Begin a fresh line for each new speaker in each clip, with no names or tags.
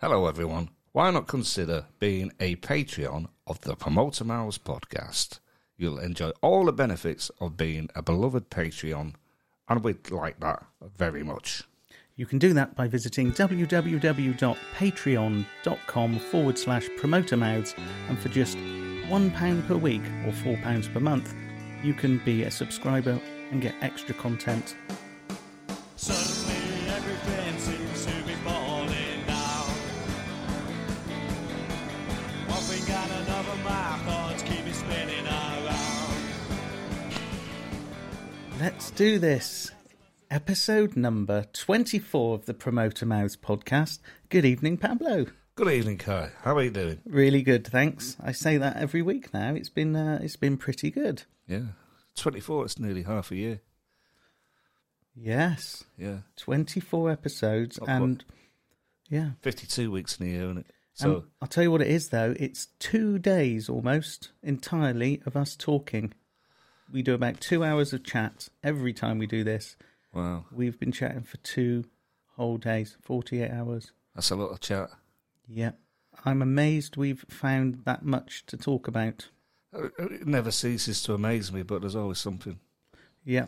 Hello, everyone. Why not consider being a Patreon of the Promoter Mouse podcast? You'll enjoy all the benefits of being a beloved Patreon, and we'd like that very much.
You can do that by visiting www.patreon.com forward slash promotermouths and for just £1 per week or £4 per month, you can be a subscriber and get extra content.
Suddenly everything seems to be falling down. One thing and another, my thoughts keep me spinning around.
Let's do this. Episode number 24 of the Promoter Mouths podcast. Good evening, Pablo.
Good evening, Kai. How are you doing?
Really good, thanks. I say that every week now. It's been uh, it's been pretty good.
Yeah. 24, it's nearly half a year.
Yes,
Yeah.
24 episodes
Not
and yeah.
52 weeks in a year, isn't it? So,
Um, I'll tell you what it is, though. It's two days almost entirely of us talking. We do about two hours of chat every time we do this.
wow.
We've been chatting for two whole days, 48 hours.
That's a lot of chat.
Yeah. I'm amazed we've found that much to talk about.
It uh, it never ceases to amaze me, but there's always something.
Yeah,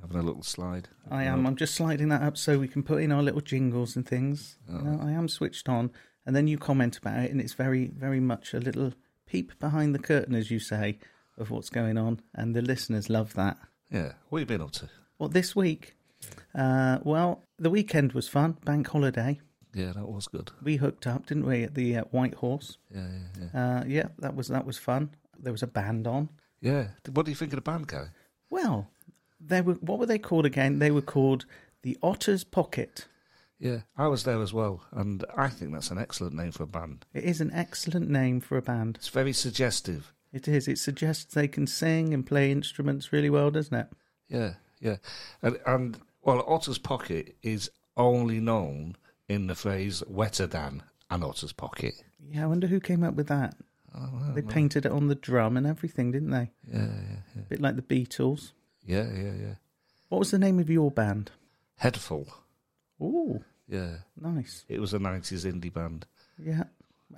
Having a little slide.
I am. I'm just sliding that up so we can put in our little jingles and things. You know, I am switched on. And then you comment about it, and it's very, very much a little peep behind the curtain, as you say, of what's going on. And the listeners love that.
Yeah. What have you been up to?
Well, this week, uh, well, the weekend was fun. Bank holiday.
Yeah, that was good.
We hooked up, didn't we, at the uh, White Horse?
Yeah, yeah, yeah.
Uh, yeah, that was that was fun. There was a band on.
Yeah. What do you think of the band, Kai?
Well, they were what were they called again? They were called the Otter's Pocket.
Yeah, I was there as well, and I think that's an excellent name for a band.
It is an excellent name for a band.
It's very suggestive.
It is. It suggests they can sing and play instruments really well, doesn't it?
Yeah, yeah. And, and well, Otter's Pocket is only known in the phrase wetter than an otter's pocket.
Yeah, I wonder who came up with that. they painted it on the drum and everything, didn't they?
Oh, Yeah, yeah, yeah.
A bit like the Beatles.
Yeah, yeah, yeah.
What was the name of your band?
Headful.
Ooh,
Yeah.
nice.
It was a 90s indie band.
Yeah.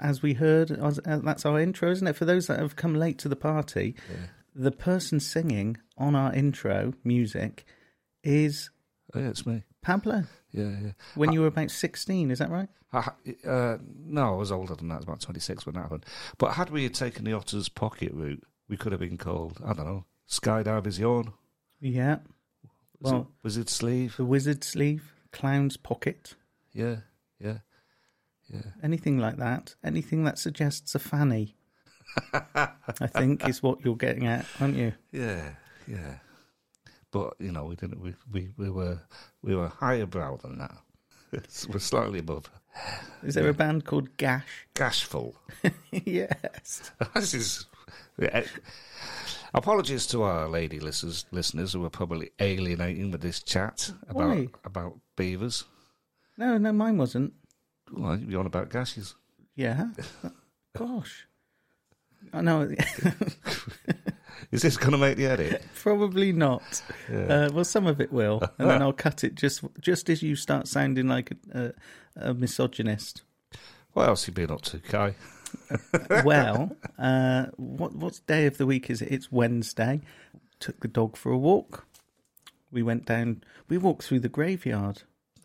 As we heard, as- uh, that's our intro, isn't it? For those that have come late to the party, the person singing on our intro music is
Oh, yeah, it's me.
Pablo.
Yeah, yeah.
When you were about 16, is that right?
I ha- uh, no, I was older than that. I was about 26 when that happened. But had we had taken the Otter's Pocket route, we could have been called, I don't know, Skydiver's Yawn.
Yeah.
Was
Well-
it Wizard Sleeve.
The Wizard's Sleeve, Clown's Pocket,
Yeah, yeah.
anything like that. Anything that suggests a fanny, I think, is what you're getting at, aren't you?
Yeah, yeah. But you know, we didn't. We we, we were we were higher brow than that. we're slightly above.
Is there a band called Gash?
Gashful.
yes.
this is. yeah. Apologies to our lady listeners, listeners who are probably alienating with this chat about
Why?
about beavers.
No, no, mine wasn't.
Well, you're on about gashes.
Yeah. Gosh. I know.
Is this going to make the edit?
Probably not. Uh, well, some of it will, and then I'll cut it just just as you start sounding like a, a, a misogynist.
What else you been up to, Kai?
well, uh, what what day of the week is it? It's Wednesday. Took the dog for a walk. We went down. We walked through the graveyard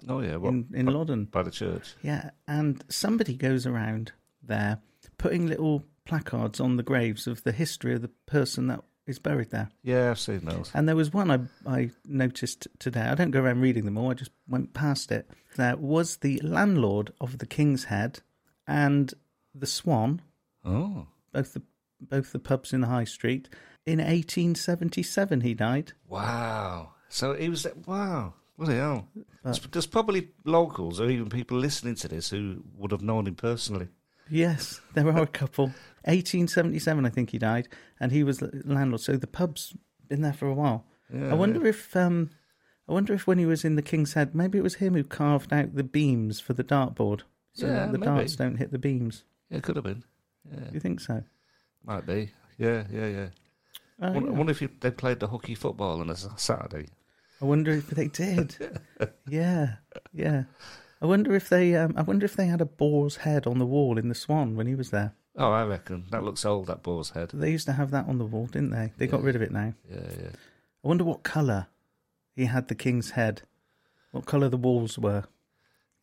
Oh yeah, what,
in, in Loddon.
by the church.
Yeah, and somebody goes around there putting little placards on the graves of the history of the person that is buried there.
Yeah, I've seen those.
And there was one I, I noticed today. I don't go around reading them all, I just went past it. That was the landlord of the King's Head and the Swan,
Oh,
both the both the pubs in the high street. In 1877, he died.
Wow. So he was wow. What the hell? There's, there's probably locals or even people listening to this who would have known him personally.
Yes, there are a couple. 1877, I think he died, and he was the landlord. So the pub's been there for a while. I wonder if um, I wonder if when he was in the King's Head, maybe it was him who carved out the beams for the dartboard, so
Yeah,
that the
maybe.
darts don't hit the beams.
Yeah, it could have been.
You think so?
Might be. Yeah, yeah, yeah.
Oh,
wonder,
yeah.
wonder if you, they played the hockey football on a s- Saturday.
I wonder if they did. yeah, yeah. I wonder if they. Um, I wonder if they had a boar's head on the wall in the Swan when he was there.
Oh, I reckon that looks old. That boar's head.
They used to have that on the wall, didn't they? They got rid of it now.
Yeah, yeah.
I wonder what colour he had the king's head. What colour the walls were.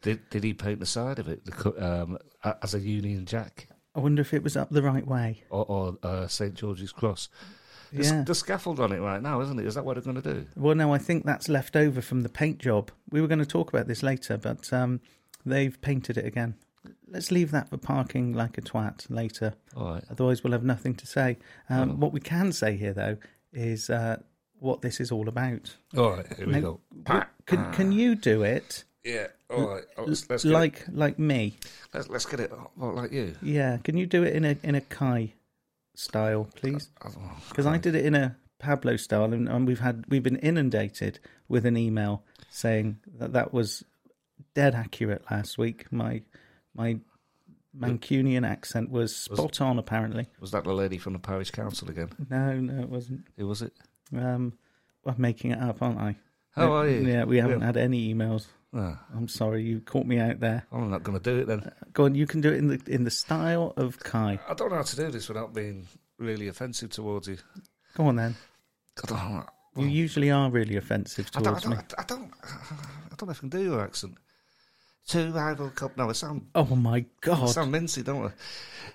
Did did he paint the side of it the, co- um, a- as a Union Jack
I wonder if it was up the right way.
or, or uh, St George's Cross? The, s-
Yeah.
the scaffold on it right now, isn't it? Is that what they're going to do?
Well, no, I think that's left over from the paint job. We were going to talk about this later, but um, they've painted it again. Let's leave that for parking like a twat later.
All right.
Otherwise, we'll have nothing to say.
Mm.
Um, What we can say here, though, is uh, what this is all about.
All right. Here we
Now,
go.
Can Can you do it
Yeah. All right. Oh, Let's, let's get it.
like like me?
Let's, let's get it. oh, well, like you.
Yeah. Can you do it in a in a Kai style, please?
Oh,
Because I did it in a Pablo style, and, and we've had we've been inundated with an email saying that that was dead accurate last week. My my Mancunian accent was spot on, apparently.
Was that the lady from the parish council again?
No, no, it wasn't.
Who was it?
Um, I'm making it up, aren't I?
How are you?
Yeah, we haven't had any emails.
Ah,
I'm sorry, you caught me out there.
I'm not going to do it then.
Go on, you can do it in the in the style of Kai.
I don't know how to do this without being really offensive towards you.
Go on then.
God, I don't,
You usually are really offensive
I, don't, I,
towards me.
don't, I, don't, I don't know if I can do your accent. Two rival cup. No, I sound,
Oh my
I
god!
sound mincy, don't I?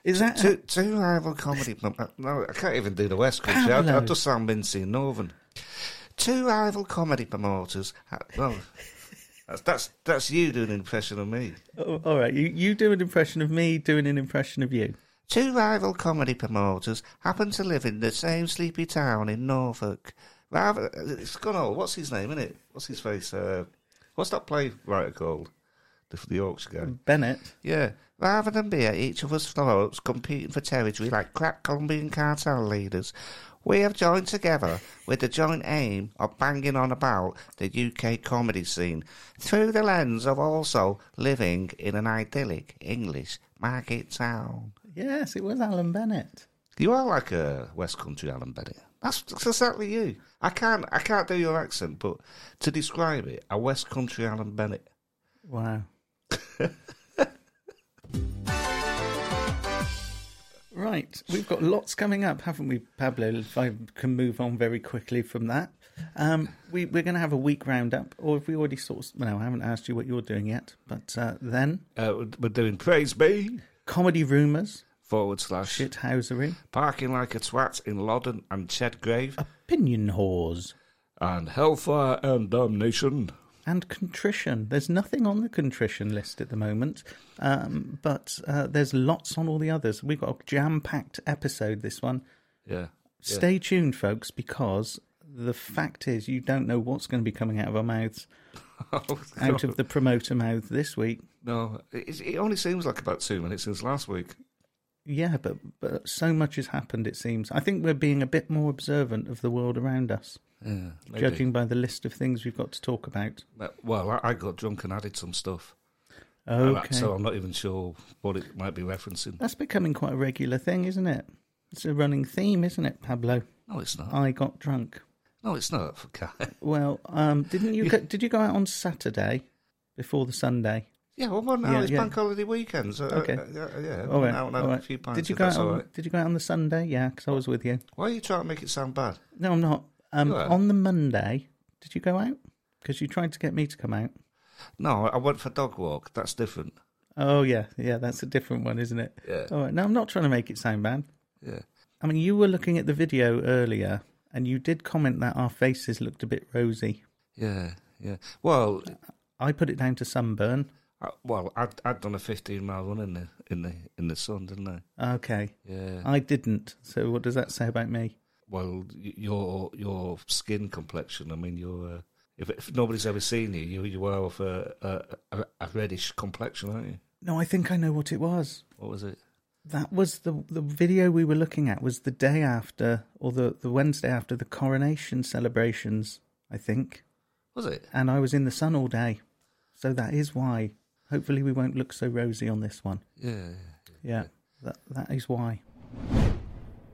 Is that
Two, two rival comedy. No, I can't even do the West Country. I, I
Pablo.
just sound mincy and northern. Two rival comedy promoters. uh, Well, that's, that's that's you doing an impression of me.
Oh, all right, you, you do an impression of me doing an impression of you.
Two rival comedy promoters happen to live in the same sleepy town in Norfolk. Rather, it's gone all. What's his name, innit? What's his face? Uh, what's that playwright called? The, the Yorkshire guy.
Bennett.
Yeah. Rather than be at each other's throats competing for territory like crap Colombian cartel leaders, we have joined together with the joint aim of banging on about the UK comedy scene through the lens of also living in an idyllic English market town.
Yes, it was Alan Bennett.
You are like a West Country Alan Bennett. That's, that's exactly you. I can't I can't do your accent, but to describe it, a West Country Alan Bennett.
Wow. right, we've got lots coming up, haven't we, Pablo? If I can move on very quickly from that, um, we, we're going to have a week roundup, or if we already sort of, no, I haven't asked you what you're doing yet, but uh, then
Uh, we're doing praise be
comedy rumours,
forward slash
shithousery,
parking like a twat in Loddon and Chedgrave
opinion whores.
and hellfire and damnation.
and contrition. There's nothing on the contrition list at the moment, um, but uh, there's lots on all the others. We've got a jam packed episode this one.
Yeah.
Stay tuned, folks, because the fact is, you don't know what's going to be coming out of our mouths, out of the promoter mouth this week.
Oh, no, it, it only seems like about two minutes since last week.
Yeah, but, but so much has happened, it seems. I think we're being a bit more observant of the world around us,
Yeah, maybe.
judging by the list of things we've got to talk about.
Uh, Well, I, I got drunk and added some stuff, And that-
Okay.
so I'm not even sure what it might be referencing.
That's becoming quite a regular thing, isn't it? It's a running theme, isn't it, Pablo?
No, it's not.
I got drunk.
No, it's not. Okay.
Well, um, didn't you? Go, did you go out on Saturday before the Sunday?
Yeah, well, one
Yeah,
it's
yeah.
bank holiday weekends. Uh,
Okay.
Uh, yeah, yeah.
All right,
Out and had
all
a
right.
few pints.
Oh, Did you
if
go
that's
out?
all
On,
right.
Did you go out on the Sunday? Yeah, because I was with you.
Why are you trying to make it sound bad?
No, I'm not. Um,
You were.
on the Monday, did you go out? Because you tried to get me to come out.
No, I went for dog walk. That's different.
Oh yeah, yeah, that's a different one, isn't it?
Yeah.
All right. No, I'm not trying to make it sound bad.
Yeah.
I mean, you were looking at the video earlier, and you did comment that our faces looked a bit rosy.
Yeah. Yeah. Well,
I put it down to sunburn.
I, well, I'd, I'd done a 15 mile run in the in the in the sun, didn't I?
Okay,
Yeah.
I didn't. So what does that say about me?
Well, y- your your skin complexion. I mean, your uh, if, if nobody's ever seen you, you you are of a, a a- a reddish complexion, aren't you?
No, I think I know what it was.
What was it?
That was the the video we were looking at was the day after or the, the Wednesday after the coronation celebrations, I think.
Was it?
And I was in the sun all day. So that is why. Hopefully we won't look so rosy on this one.
Yeah.
Yeah. That that is why.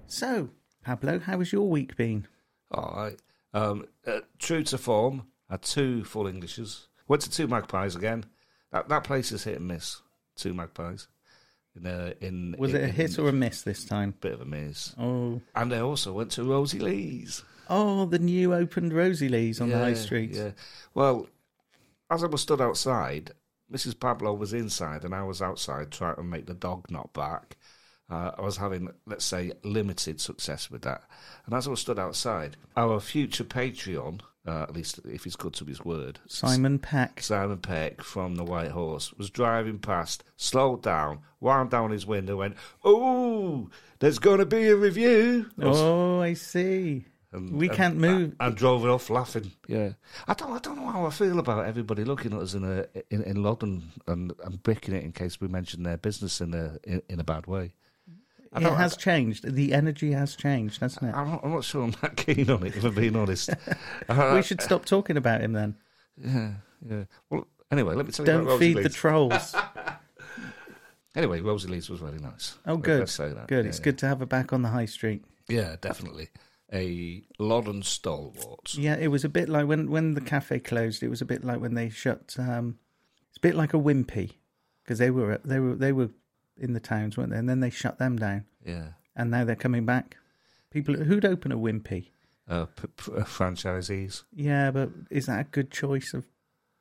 So, Pablo, how has your week been?
All right. Um, uh, true to form, had two full Englishes. Went to two magpies again. That that place is hit and miss. Two magpies. In, uh, in
Was it a
in-
hit or a miss this time?
bit of a maze?
Oh,
And I also went to Rosie Lee's.
oh, the new opened Rosie Lee's on the high street.
Yeah. Well, as I was stood outside, Mrs. Pablo was inside and I was outside trying to make the dog not bark. Uh, I was having, let's say, limited success with that. And as I was stood outside, our future Patreon, uh, at least if he's good to his word,
Simon Pack.
Simon Peck from the White Horse was driving past, slowed down, wound down his window, went, "Oh, there's going to be a review,"
Oh, I see.
um,
we can't move.
and drove off laughing. Yeah, I don't, I don't know how I feel about everybody looking at us in a in, in London and and bricking it in case we mention their business in a in, in a bad way. I
it
don't-
has changed. The energy has changed, hasn't it?
I'm not, I'm not sure I'm that keen on it, if I'm being honest. Uh,
we should stop talking about him then.
yeah, yeah. Well, anyway, let me tell you about
Don't
Rosie
feed the
Leeds.
trolls.
anyway, Rosie Leeds was really nice.
Oh,
Let-
good.
Let's say that.
Good.
Yeah,
it's
yeah.
good to have her back on the high street.
Yeah, definitely. A Lodden stalwart.
Yeah, it was a bit like when when the cafe closed. It was a bit like when they shut. Um, it's a bit like a Wimpy because they were they were they were in the towns, weren't they? And then they shut them down,
Yeah.
and now they're coming back. People who'd open a Wimpy.
Uh, p- p- uh, franchisees.
Yeah, but is that a good choice of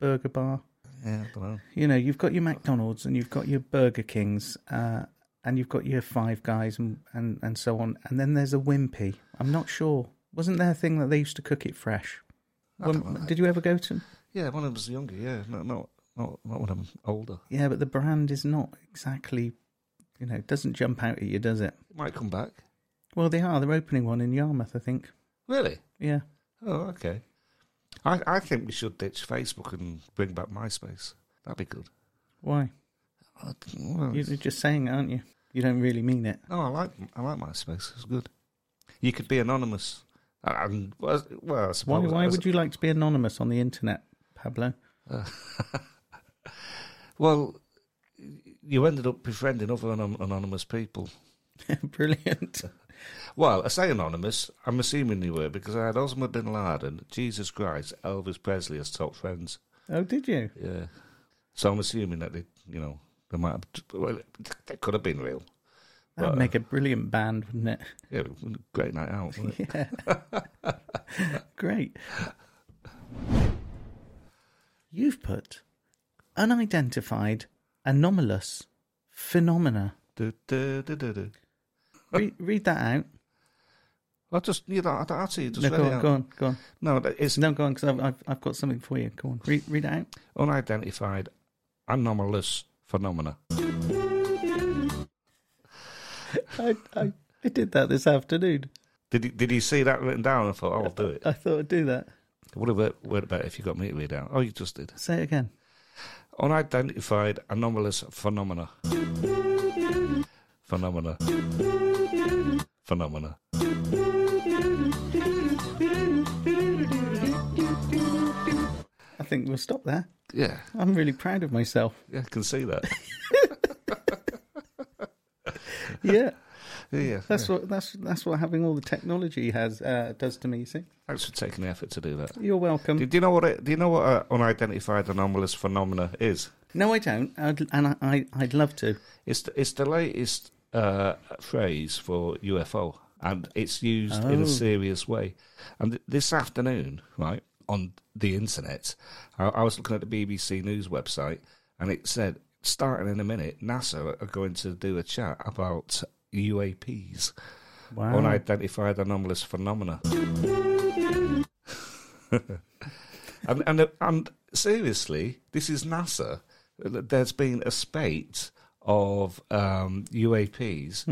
burger bar?
Yeah, I don't know.
You know, you've got your McDonald's and you've got your Burger Kings, uh, and you've got your Five Guys and, and and so on. And then there's a Wimpy. I'm not sure. Wasn't there a thing that they used to cook it fresh? When- did you ever go to?
Yeah, when I was younger, yeah. No, no, not, not when I'm older.
Yeah, but the brand is not exactly, you know, it doesn't jump out at you, does it?
It might come back.
Well, they are. They're opening one in Yarmouth, I think.
Really?
Yeah.
Oh, okay. I, I think we should ditch Facebook and bring back MySpace. That'd be good.
Why?
I don't- well,
You're just saying it, aren't you? You don't really mean it.
no, I like I like MySpace. It's good. You could be anonymous. And, well, I
Why,
suppose,
why would you like to be anonymous on the internet, Pablo?
Well, you ended up befriending other anon- anonymous people.
Brilliant.
Well, I say anonymous. I'm assuming they were because I had Osama bin Laden, Jesus Christ, Elvis Presley as top friends.
Oh, did you?
Yeah. So I'm assuming that they, you know, they might have. Well, they could have been real.
That would
Well,
make a brilliant band, wouldn't it?
Yeah, great night out. wasn't it?
Yeah. Great. You've put unidentified, anomalous phenomena.
Du- du- du- du- du.
Re- read that out.
I just, you know, I don't have to. you Just
No,
read
go
it
on,
out.
go on, go on.
No, it's
No, go on, because I've, I've, I've got something for you. Go on, read, read it out.
unidentified anomalous phenomena.
I, I, I did that this afternoon.
Did you, did you see that written down? I thought, oh, I'll do it.
I thought I'd do that.
It would have worked worked better if you got me to read out. Oh, you just did.
Say it again.
Unidentified anomalous phenomena. Phenomena. Phenomena.
I think we'll stop there.
Yeah,
I'm really proud of myself.
yeah, I can see that.
Yeah,
Yeah,
that's what that's that's what having all the technology has uh, does to me. You see,
thanks for taking the effort to do that.
you're welcome.
Do, do you know what? It, do you know what uh, unidentified anomalous phenomena is?
no, I don't, I'd, and I, I I'd love to.
It's the, it's the latest uh, phrase for UFO, and it's used in
Oh.
a serious way. And th- this afternoon, right on the internet, I, I was looking at the BBC News website, and it said starting in a minute, NASA are going to do a chat about UAPs,
Wow.
unidentified anomalous phenomena. and and and seriously, this is NASA. There's been a spate of um, UAPs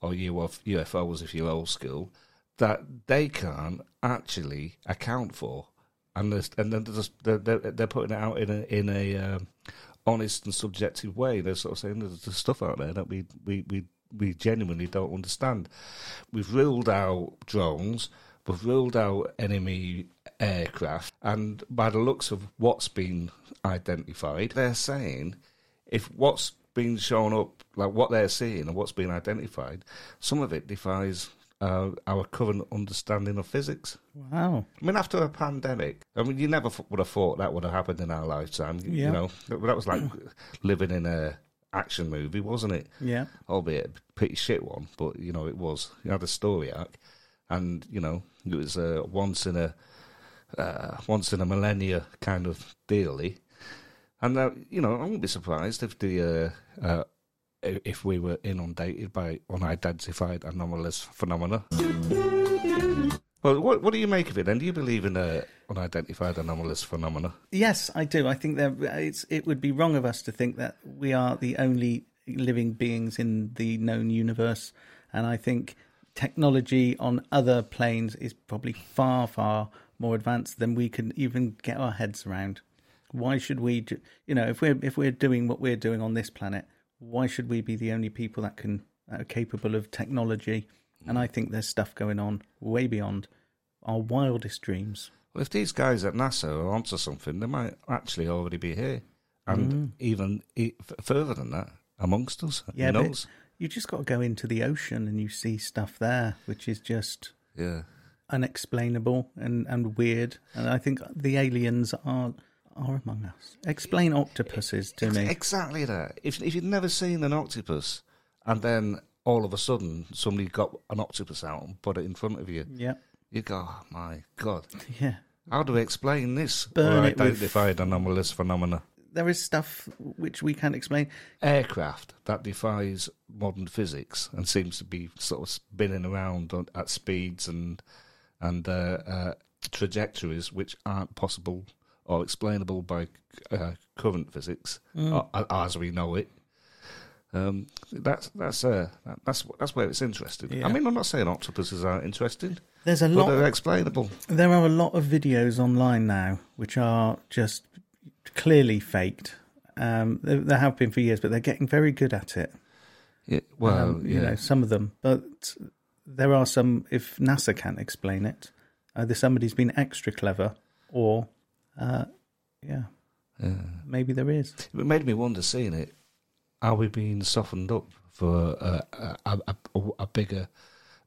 or UF, UFOs, if you're old school, that they can't actually account for, and there's- and then they're, just, they're, they're they're putting it out in a in a um, honest and subjective way. They're sort of saying there's there's stuff out there that we we we we genuinely don't understand. We've ruled out drones. We've ruled out enemy aircraft, and by the looks of what's been identified, they're saying if what's been shown up, like what they're seeing and what's been identified, some of it defies uh, our current understanding of physics.
Wow.
I mean, after a pandemic, I mean, you never f- would have thought that would have happened in our lifetime. y-
Yeah.
You know, that, that was like living in a action movie, wasn't it?
Yeah.
Albeit a pretty shit one, but you know, it was. You had a story arc, and you know, it was a once in a uh, once in a millennia kind of dealy. And uh, you know, I wouldn't be surprised if the uh, uh, i- if we were inundated by unidentified anomalous phenomena. Well, what what do you make of it? Then do you believe in uh, unidentified anomalous phenomena?
Yes, I do. I think there. It's. It would be wrong of us to think that we are the only living beings in the known universe, and I think technology on other planes is probably far, far more advanced than we can even get our heads around. Why should we? Do, you know, if we're if we're doing what we're doing on this planet, why should we be the only people that can that are capable of technology? And I think there's stuff going on way beyond our wildest dreams.
Well, if these guys at NASA are onto something, they might actually already be here, and
Mm-hmm.
even e- f- further than that, amongst us. Who
Yeah,
knows?
but you just got to go into the ocean and you see stuff there, which is just
yeah.
unexplainable and, and weird. And I think the aliens are are among us. Explain octopuses to me.
Exactly that. If if you'd never seen an octopus, and then all of a sudden somebody got an octopus out and put it in front of you,
Yeah,
you go, oh, my God,
yeah.
how do we explain this?
Burn it with-
identified anomalous phenomena.
There is stuff which we can't explain.
Aircraft that defies modern physics and seems to be sort of spinning around on, at speeds and and uh, uh, trajectories which aren't possible or explainable by uh, current physics
Mm.
uh, as we know it. Um, that's that's uh, that's that's where it's interesting.
Yeah.
I mean, I'm not saying octopuses aren't interesting,
There's a
but
lot.
they're explainable.
There are a lot of videos online now which are just clearly faked. Um, they, they have been for years, but they're getting very good at it.
Yeah, well,
um,
yeah.
you know some of them but there are some if nasa can't explain it either somebody's been extra clever or uh, yeah maybe there is
It made me wonder seeing it. Are we being softened up for uh, a, a, a, a bigger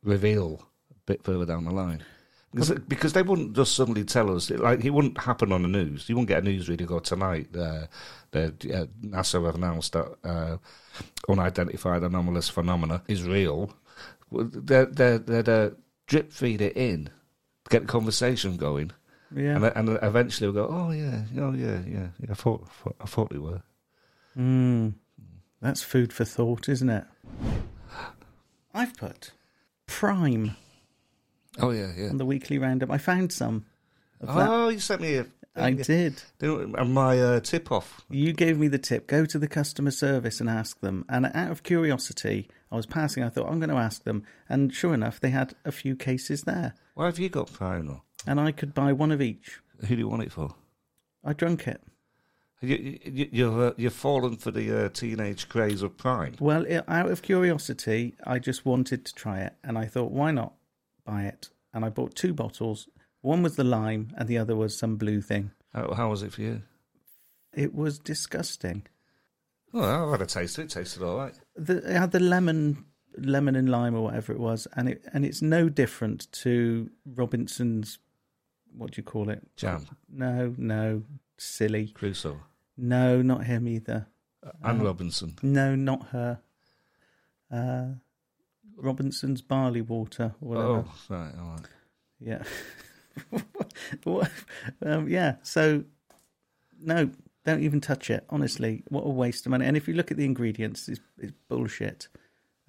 reveal a bit further down the line? Because, because they wouldn't just suddenly tell us, like, it wouldn't happen on the news. You wouldn't get a newsreader go, tonight, uh, the, uh, NASA have announced that uh, unidentified anomalous phenomena is real. Well, They're, they're, they're, they're drip feed it in, get the conversation going,
yeah
and, and eventually we'll go, oh, yeah, oh, yeah, yeah, yeah I, thought, I thought we were.
Mm. that's food for thought isn't it i've put prime
Oh yeah, yeah.
on the weekly roundup i found some of that
Oh, you sent me a.
i did
did. And my uh, tip off.
You gave me the tip go to the customer service and ask them. And out of curiosity, I was passing, I thought, I'm going to ask them. And sure enough, they had a few cases there.
Why have you got Prime?
And I could buy one of each.
Who do you want it for?
I drunk it.
You, you, you've uh, you've fallen for the uh, teenage craze of Prime.
Well, i out of curiosity, I just wanted to try it. And I thought, why not buy it? And I bought two bottles. One was the lime, and the other was some blue thing.
How, how was it for you?
It was disgusting.
Well, I've had a taste of it. It tasted all right.
the, it had the lemon lemon and lime or whatever it was and it and it's no different to robinson's what do you call it
Jam,
no no silly
Crusoe,
no not him either
and
uh,
Robinson.
no not her uh robinson's barley water or whatever
Oh, right, all right.
yeah What- um, yeah so no don't even touch it honestly what a waste of money and if you look at the ingredients it's, it's bullshit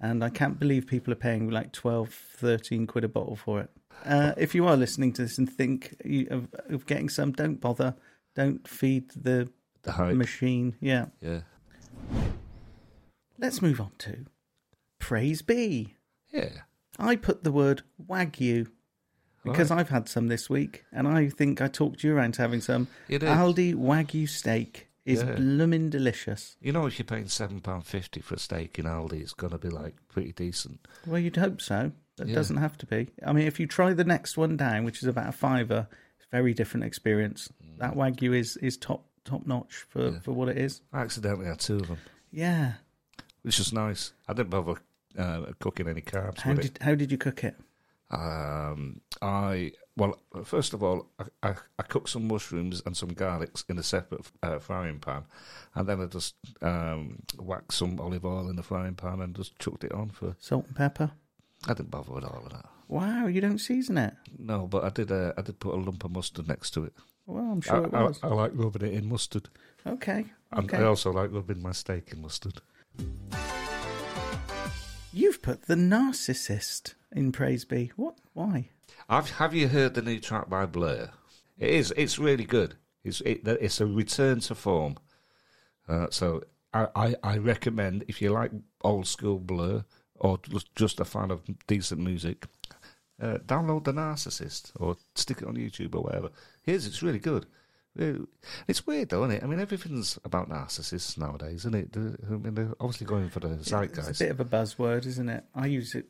and i can't believe people are paying like 12 13 quid a bottle for it uh, if you are listening to this and think you, of, of getting some don't bother don't feed the
The hype.
machine yeah
yeah,
let's move on to praise be
yeah.
I put the word wagyu because I've had some this week, and I think I talked you around to having some.
You did.
Aldi wagyu steak is
Yeah.
blooming delicious.
You know, if you're paying seven pound fifty for a steak in Aldi, it's gonna be like pretty decent.
Well, you'd hope so. That
Yeah.
doesn't have to be. I mean, if you try the next one down, which is about a fiver, it's a very different experience.
Mm.
That wagyu is is top top notch for for what it is.
I accidentally had two of them,
Yeah.
which was nice. I didn't bother uh, cooking any carbs
How
with it.
did how did you cook it?
Um, I well, first of all, I, I, I cooked some mushrooms and some garlics in a separate uh, frying pan, and then I just um, whacked some olive oil in the frying pan and just chucked it on for.
Salt and pepper.
I didn't bother with all of that.
Wow, you don't season it.
No, but I did. Uh, I did put a lump of mustard next to it.
Well, I'm sure it
I, I,
was.
I like rubbing it in mustard.
okay.
And
Okay.
I also like rubbing my steak in mustard.
You've put the narcissist in Praise Be. What? Why?
Have Have you heard the new track by Blur? It is. It's really good. It's it, it's a return to form. Uh, so I, I I recommend if you like old school Blur or just- just a fan of decent music, uh, download the Narcissist or stick it on YouTube or whatever. Here's it's really good. Uh, It's weird though, isn't it? I mean, everything's about narcissists nowadays, isn't it? The- I mean, they're obviously going for the
It's
zeitgeist.
a bit of a buzzword, isn't it? I use it,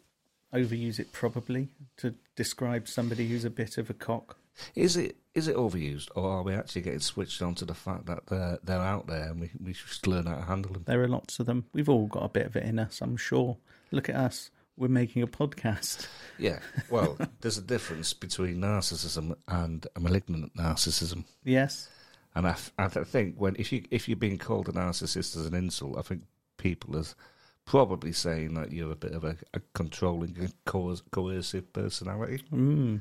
overuse it probably to describe somebody who's a bit of a cock.
Is it is it overused, or are we actually getting switched on to the fact that they're they're out there and we we should learn how to handle them?
There are lots of them. We've all got a bit of it in us, I'm sure. Look at us. We're making a podcast.
Yeah. Well, there's a difference between narcissism and a malignant narcissism,
Yes.
and I, f- I th- think when if you if you're being called a narcissist as an insult, I think people is probably saying that you're a bit of a, a controlling, and coer- coercive personality.
Mm.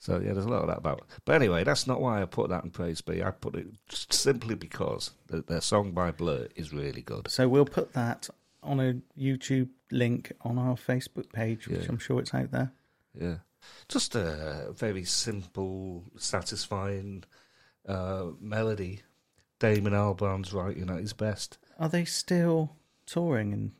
So yeah, there's a lot of that about. But anyway, that's not why I put that in praise. B. I put it simply because the, their song by Blur is really good.
So we'll put that on a YouTube link on our Facebook page, which
Yeah.
I'm sure it's out there.
Yeah. Just a very simple, satisfying uh, melody. Damon Albarn's writing at his best.
Are they still touring? And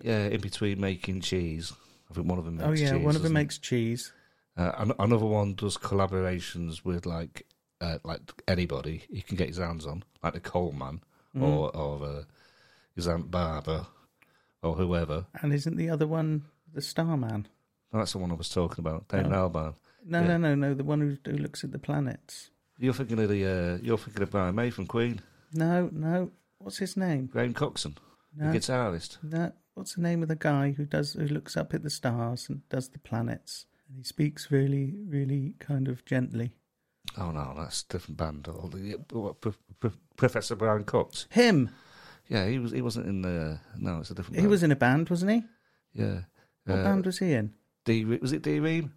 Yeah, in between making cheese. I think one of them makes
oh yeah,
cheese,
one of
doesn't
them makes cheese.
he? Uh, an- another one does collaborations with like uh, like anybody he can get his hands on, like the Coleman
Mm.
or, or uh, his Aunt Barbara or whoever.
And isn't the other one the Starman?
No, that's the one I was talking about, Damon
Oh.
Albarn.
No,
Yeah.
no, no, no. The one who, who looks at the planets.
You're thinking of the uh, you're thinking of Brian May from Queen,
No, no. What's his name?
Graham Coxon,
No,
the guitarist.
no. What's the name of the guy who does who looks up at the stars and does the planets? And he speaks really, really kind of gently.
Oh no, that's a different band. Oh, the- what, Pro- Pro- Professor Brown Cox.
Him.
Yeah, he was. He wasn't in the. No, it's a different.
He
band.
was in a band, wasn't he?
Yeah.
What
Uh,
band was he in?
D. Re- Was it D. Ream?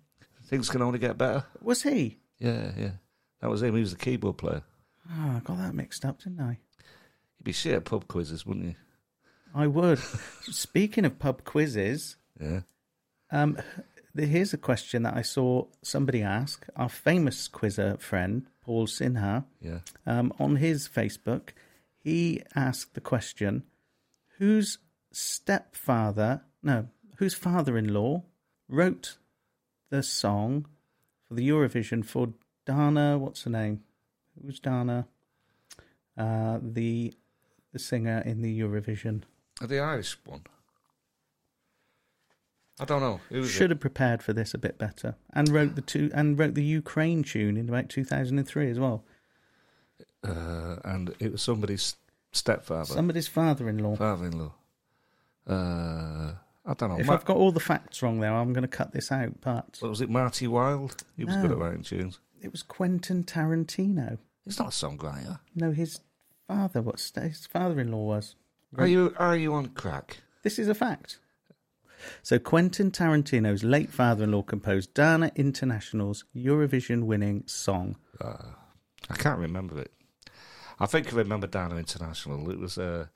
Things can only get better.
Was he?
Yeah, yeah. That was him. He was the keyboard player.
Oh, I got that mixed up, didn't I?
You'd be shit at pub quizzes, wouldn't you?
I would. Speaking of pub quizzes,
Yeah.
um, th- here's a question that I saw somebody ask our famous quizzer friend Paul Sinha.
Yeah.
um, on his Facebook, he asked the question whose stepfather, no, whose father in law wrote the song for the Eurovision for Dana, what's her name? Who was Dana? Uh, the the singer in the Eurovision.
Uh, The Irish one. I don't know. Who was
Should
it?
have prepared for this a bit better. And wrote the two and wrote the Ukraine tune in about two thousand and three as well.
Uh, and it was somebody's stepfather,
Somebody's father in law.
father-in-law. Uh, I don't know.
If
Ma-
I've got all the facts wrong there, I'm gonna cut this out, but
what was it Marty Wilde? He was good
No.
at writing tunes.
It was Quentin Tarantino.
He's not a songwriter.
No, his father, what his father-in-law was.
Are you are you on crack?
This is a fact. So Quentin Tarantino's late father-in-law composed Dana International's Eurovision-winning song.
Uh, I can't remember it. I think I remember Dana International. It was a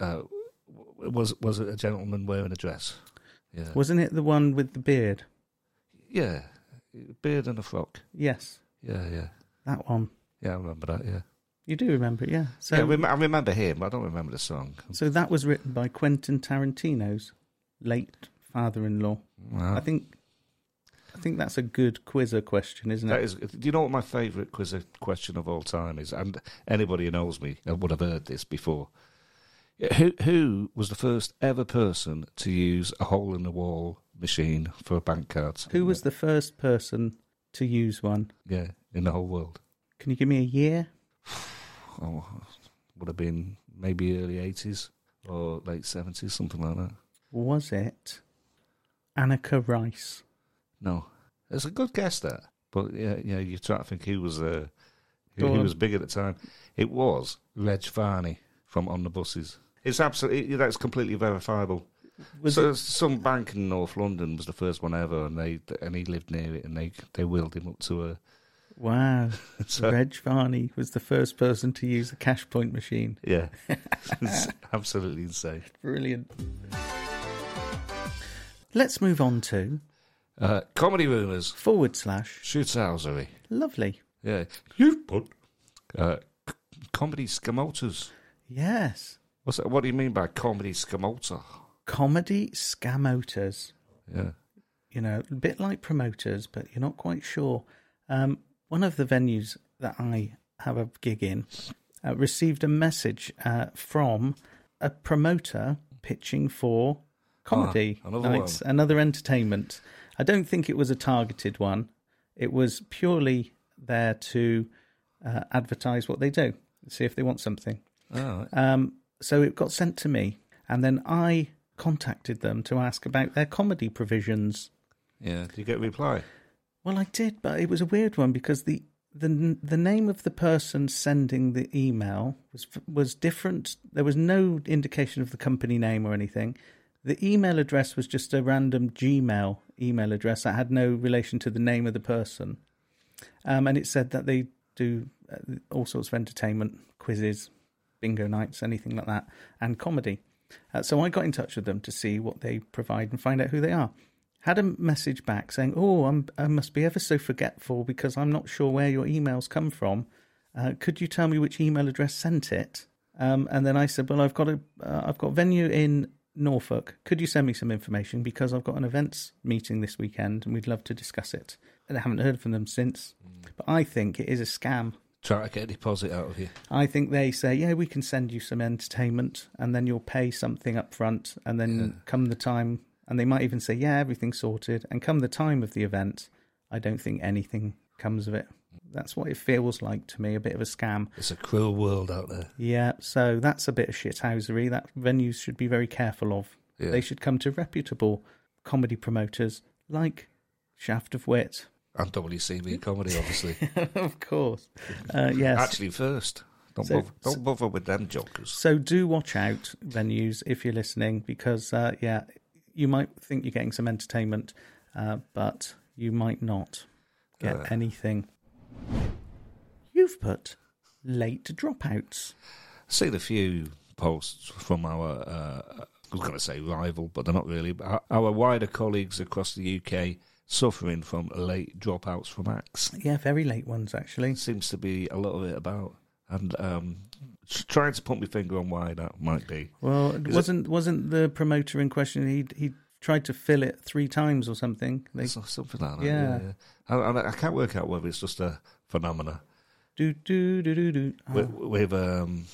uh, w was was it a gentleman wearing a dress? Yeah,
Wasn't it the one with the beard?
yeah, beard and a frock.
Yes,
Yeah, yeah,
that one.
yeah. I remember that. Yeah,
You do remember it, yeah. So,
yeah. I rem- I remember him. but I don't remember the song.
so that was written by Quentin Tarantino's late father-in-law.
Wow.
I think, I think that's a good quizzer question, isn't it?
That is. Do you know what my favourite quiz question of all time is? And anybody who knows me uh, would have heard this before. Who who was the first ever person to use a hole in the wall machine for bank cards?
Who was the first person to use one?
Yeah, in the whole world.
Can you give me a year?
Oh, would have been maybe early eighties or late seventies, something like that.
Was it Annika Rice?
No, it's a good guess that. But yeah, yeah, you try to think who was uh, who,
Go
who
on.
was big at the time. It was Reg Varney from On the Buses. It's absolutely that's completely verifiable.
Was
so some bank in North London was the first one ever, and they and he lived near it, and they they wheeled him up to a.
Wow.
So-
Reg Varney was the first person to use a cash point machine.
Yeah, it's absolutely insane.
Brilliant. Let's move on to
Uh, comedy rumours,
forward slash
shoothousery.
lovely.
Yeah, you've put uh, c- comedy scamotas.
Yes.
What's that? What do you mean by comedy scamota?
Comedy scamoters.
Yeah,
You know, a bit like promoters, but you're not quite sure. Um, one of the venues that I have a gig in uh, received a message uh, from a promoter pitching for comedy
Ah, another
nights, another entertainment. I don't think it was a targeted one. It was purely there to uh, advertise what they do, see if they want something.
all right.
Um, so it got sent to me, and then I contacted them to ask about their comedy provisions.
Yeah, do you get a reply?
Well, I did, but it was a weird one because the the the name of the person sending the email was was different. There was no indication of the company name or anything. The email address was just a random Gmail email address that had no relation to the name of the person, um, and it said that they do uh, all sorts of entertainment quizzes, bingo nights, anything like that, and comedy. Uh, so I got in touch with them to see what they provide and find out who they are. Had a message back saying, "Oh, I'm, I must be ever so forgetful because I'm not sure where your emails come from. Uh, could you tell me which email address sent it?" Um, and then I said, "Well, I've got a uh, I've got venue in Norfolk. Could you send me some information because I've got an events meeting this weekend and we'd love to discuss it." And I haven't heard from them since. But I think it is a scam.
Try to get a deposit out of you.
I think they say, yeah, we can send you some entertainment and then you'll pay something up front. And then come the time, and they might even say, yeah, everything's sorted. And come the time of the event, I don't think anything comes of it. That's what it feels like to me a bit of a scam.
It's a cruel world out there.
Yeah, so that's a bit of shithousery that venues should be very careful of.
Yeah.
They should come to reputable comedy promoters like Shaft of Wit.
And WCB comedy, obviously.
of course. Uh, yes.
Actually, first. Don't,
So-
bother, don't bother with them jokers.
So do watch out venues if you're listening, because uh, yeah, you might think you're getting some entertainment, uh, but you might not get
Uh.
anything. You've put late dropouts.
Seen a few posts from our, uh, I was going to say rival, but they're not really, but our- our wider colleagues across the UK suffering from late dropouts from acts.
Yeah, very late ones actually.
Seems to be a lot of it about. And um, s- trying to put my finger on why that might be.
Well, it wasn't wasn't the promoter in question? He he tried to fill it three times or something. They
So- Something like that.
Yeah.
And, and I can't work out whether it's just a phenomena
do do do do do. Oh,
with with, um,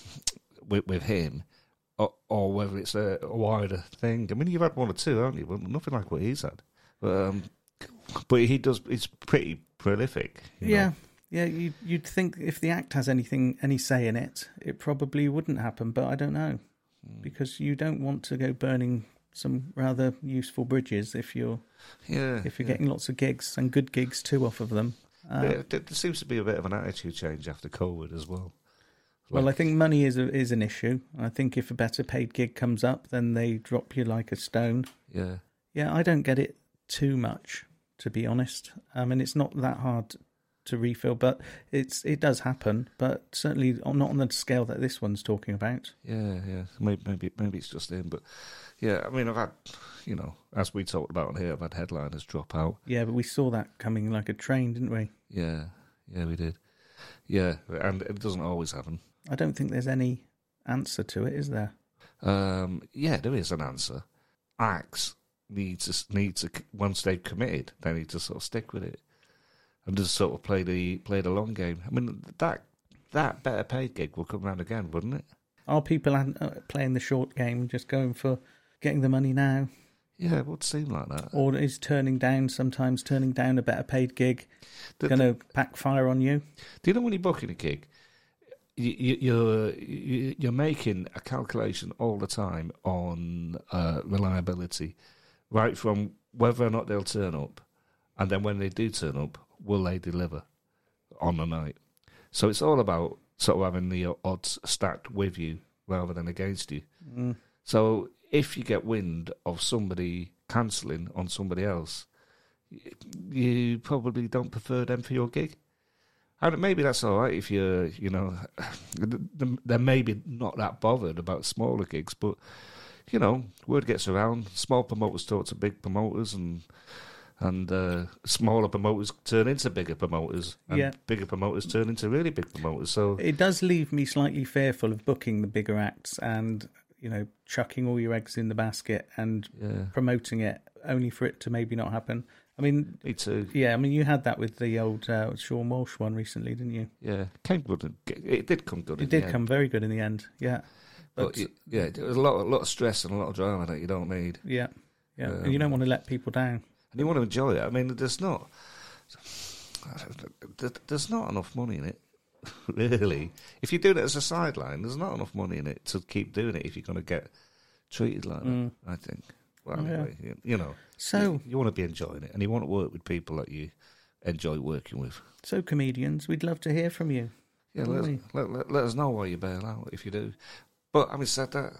with, with him, or, or whether it's a wider thing. I mean, you've had one or two, haven't you? Well, nothing like what he's had. But, um, but he does. He's pretty prolific. you know.
yeah. Yeah, you'd, you'd think if the act has anything, any say in it, it probably wouldn't happen, but I don't know.
Hmm.
Because you don't want to go burning some rather useful bridges if you're
yeah.
if you're
yeah.
getting lots of gigs and good gigs too off of them. Uh,
Yeah, there, there seems to be a bit of an attitude change after COVID as well.
Well, I think money is a, is an issue. I think if a better paid gig comes up, then they drop you like a stone.
Yeah,
Yeah, I don't get it too much, to be honest. I mean, it's not that hard to refill, but it's it does happen, but certainly not on the scale that this one's talking about.
yeah, yeah. Maybe, maybe, maybe it's just him. But yeah, I mean, I've had, you know, as we talked about on here, I've had headliners drop out.
Yeah, but we saw that coming like a train, didn't we?
Yeah, yeah, we did. Yeah, and it doesn't always happen.
I don't think there's any answer to it, is there?
Um, yeah, there is an answer. Acts need to need to once they've committed, they need to sort of stick with it and just sort of play the play the long game. I mean that that better paid gig will come round again, wouldn't it?
Are people an- uh, playing the short game, just going for getting the money now,
Yeah, it would seem like that.
or is turning down sometimes turning down a better paid gig
The-
going to backfire on you?
Do you know when you're booking a gig, you, you, you're you, you're making a calculation all the time on uh, reliability, right from whether or not they'll turn up, And then when they do turn up, will they deliver on the night? So it's all about sort of having the odds stacked with you rather than against you. So if you get wind of somebody cancelling on somebody else, y- you probably don't prefer them for your gig. And maybe that's all right if you're, you know, th- th- they're maybe not that bothered about smaller gigs, but you know, word gets around. Small promoters talk to big promoters, and and uh, smaller promoters turn into bigger promoters, and
Yeah.
bigger promoters turn into really big promoters. So
It does leave me slightly fearful of booking the bigger acts and, you know, chucking all your eggs in the basket and
yeah,
promoting it only for it to maybe not happen. I mean,
me too.
yeah, I mean, you had that with the old uh, Sean Walsh one recently, didn't you?
Yeah, came good. and g- It did come good. in
It
the
did
end.
come very good in the end. Yeah.
but
But,
y- yeah, there was a lot, a lot of stress and a lot of drama that you don't need,
yeah. Yeah. and
um,
you don't want to let people down.
and you want to enjoy it. I mean, there's not, there- there's not enough money in it. Really, if you do it as a sideline, there's not enough money in it to keep doing it if you're going to get treated like
Mm.
that. I think. Well,
Yeah.
anyway, you, you know,
So,
you want to be enjoying it, and you want to work with people that you enjoy working with.
so comedians, we'd love to hear from you.
Yeah,
Don't
let, us-
we?
let, let, let us know why you bail out if you do. But having said that,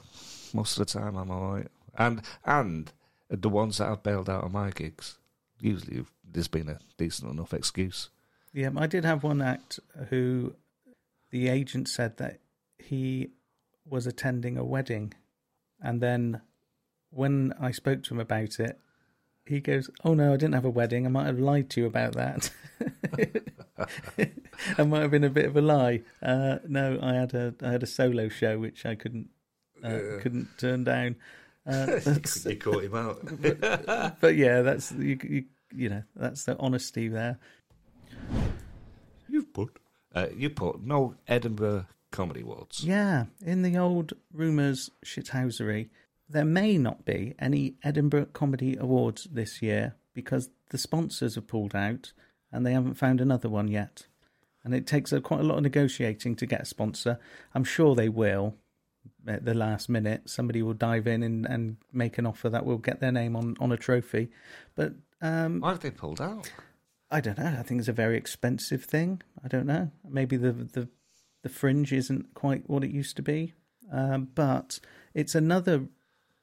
most of the time I'm all right. And and the ones that I've bailed out of my gigs, usually there's been a decent enough excuse.
Yeah, I did have one act who the agent said that he was attending a wedding, and then when I spoke to him about it, he goes, "Oh no, I didn't have a wedding. I might have lied to you about that. I might have been a bit of a lie. Uh, no, I had a I had a solo show which I couldn't uh, couldn't turn down. Uh, that's,
You caught him out.
but yeah, that's you, you you know that's the honesty there.
You've put. Uh, you put no Edinburgh Comedy Awards.
Yeah, in the old rumours shithousery, there may not be any Edinburgh Comedy Awards this year because the sponsors have pulled out and they haven't found another one yet. And it takes a, quite a lot of negotiating to get a sponsor. I'm sure they will at the last minute. Somebody will dive in and, and make an offer that will get their name on, on a trophy. But um,
Why have they pulled out?
I don't know. I think it's a very expensive thing. I don't know. Maybe the the the fringe isn't quite what it used to be, um, but it's another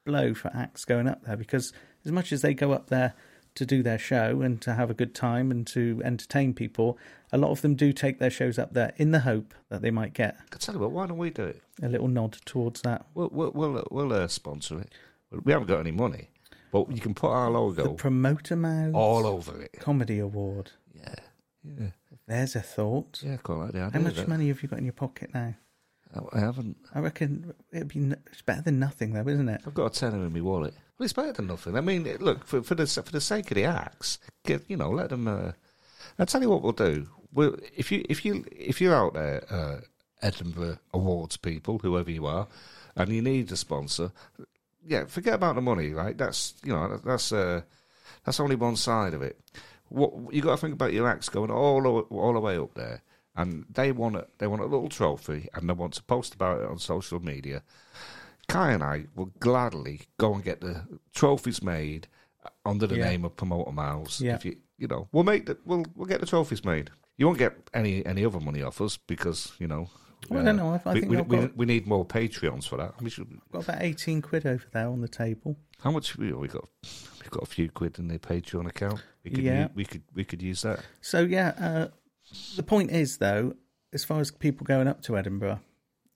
blow for acts going up there because as much as they go up there to do their show and to have a good time and to entertain people, a lot of them do take their shows up there in the hope that they might get
I tell you what, why don't we do it?
a little nod towards that.
We'll we'll we'll, uh, we'll uh, sponsor it. We haven't got any money, but you can put our
The
logo
Promoter Mouse
all over it.
Comedy Award.
Yeah, yeah,
There's a thought.
yeah. I Quite like the idea.
How
of
much
it.
money have you got in your pocket now?
I haven't.
I reckon it'd be n- it's better than nothing, though, isn't it?
I've got a tenner in my wallet. Well, it's better than nothing. I mean, it- look for for the for the sake of the acts, get, you know, let them. Uh, I'll tell you what we'll do. We'll if you if you if you're out there, uh, Edinburgh Awards people, whoever you are, and you need a sponsor, yeah, forget about the money, right? That's you know that- that's uh, that's only one side of it. What you got to think about your acts going all the, all the way up there, and they want a, they want a little trophy, and they want to post about it on social media. Kai and I will gladly go and get the trophies made uh, under the
Yeah.
name of Promoter Miles.
Yeah.
If you you know, we'll make the we'll we'll get the trophies made. You won't get any any other money off us because you know. uh,
Well, I don't know. I- I
we,
think
we,
I've
we,
got-
we need more Patreons for that. We should,
Got about 18 quid over there on the table.
how much have we, we got? We've got a few quid in the Patreon account. We could
Yeah.
u- we could we could use that.
So, yeah, uh, the point is, though, as far as people going up to Edinburgh,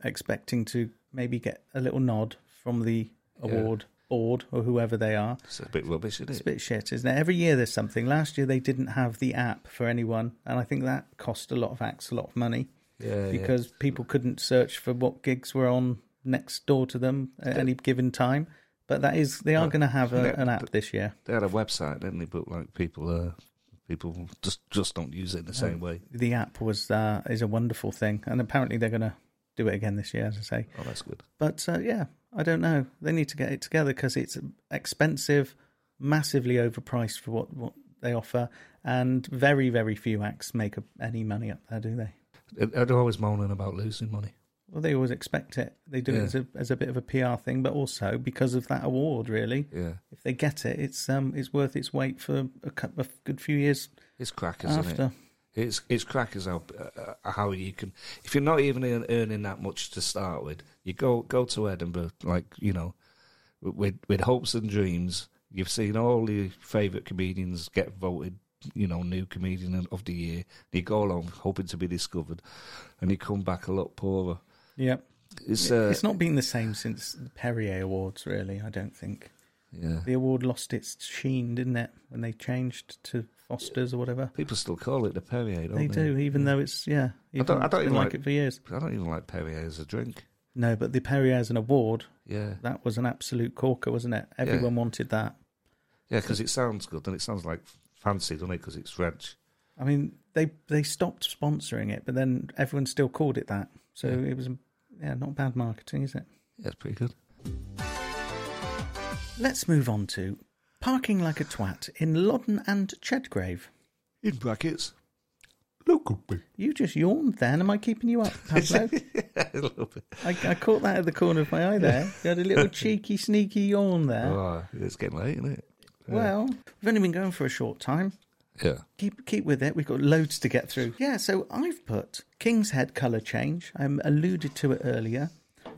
expecting to maybe get a little nod from the award board or whoever they are,
It's a bit rubbish, isn't
it's a
it?
bit shit, isn't it? Every year there's something. Last year they didn't have the app for anyone, and I think that cost a lot of acts a lot of money
yeah,
because people couldn't search for what gigs were on next door to them at any given time. But that is, they are going to have a,
yeah,
an app this year.
they had a website, didn't they? But like people, uh, people just just don't use it in the same way.
the app was uh, is a wonderful thing, and apparently they're going to do it again this year, as I say.
Oh, that's good.
But uh, yeah, I don't know. They need to get it together because it's expensive, massively overpriced for what what they offer, and very very few acts make a, any money up there, do they?
They're always moaning about losing money.
Well, they always expect it. They do
Yeah.
it as a, as a bit of a PR thing, but also because of that award, really.
Yeah.
If they get it, it's um, it's worth its weight for a, cou- a good few years
It's crackers, isn't it?
after.
It's it's crackers how uh, uh, how you can if you're not even earn- earning that much to start with, you go go to Edinburgh like you know with with hopes and dreams. You've seen all your favourite comedians get voted, you know, new comedian of the year. You go along hoping to be discovered, and you come back a lot poorer.
Yeah,
It's uh,
it's not been the same since the Perrier Awards, really. I don't think
yeah.
the award lost its sheen, didn't it, when they changed to Foster's or whatever.
People still call it the Perrier, don't
They
they?
do, even though it's yeah. Even,
don't- I
it's
don't
been
even
like,
like-
it for years.
I don't even like Perrier as a drink.
No, but the Perrier as an award
Yeah,
that was an absolute corker, wasn't it? Everyone wanted that.
yeah, because it sounds good and it sounds like fancy, doesn't it? Because it's French.
I mean, they they stopped sponsoring it, but then everyone still called it that. So it was yeah, not bad marketing, is it?
Yeah, it's pretty good.
Let's move on to parking like a twat in Loddon and Chedgrave.
In brackets, local bit.
You just yawned then. Am I keeping you up, Pablo?
a little bit.
I, I caught that at the corner of my eye there. You had a little cheeky, sneaky yawn there.
Oh, it's getting late, isn't it?
well, we've only been going for a short time.
Yeah.
Keep keep with it. We've got loads to get through. Yeah, so I've put King's Head colour change. I alluded to it earlier.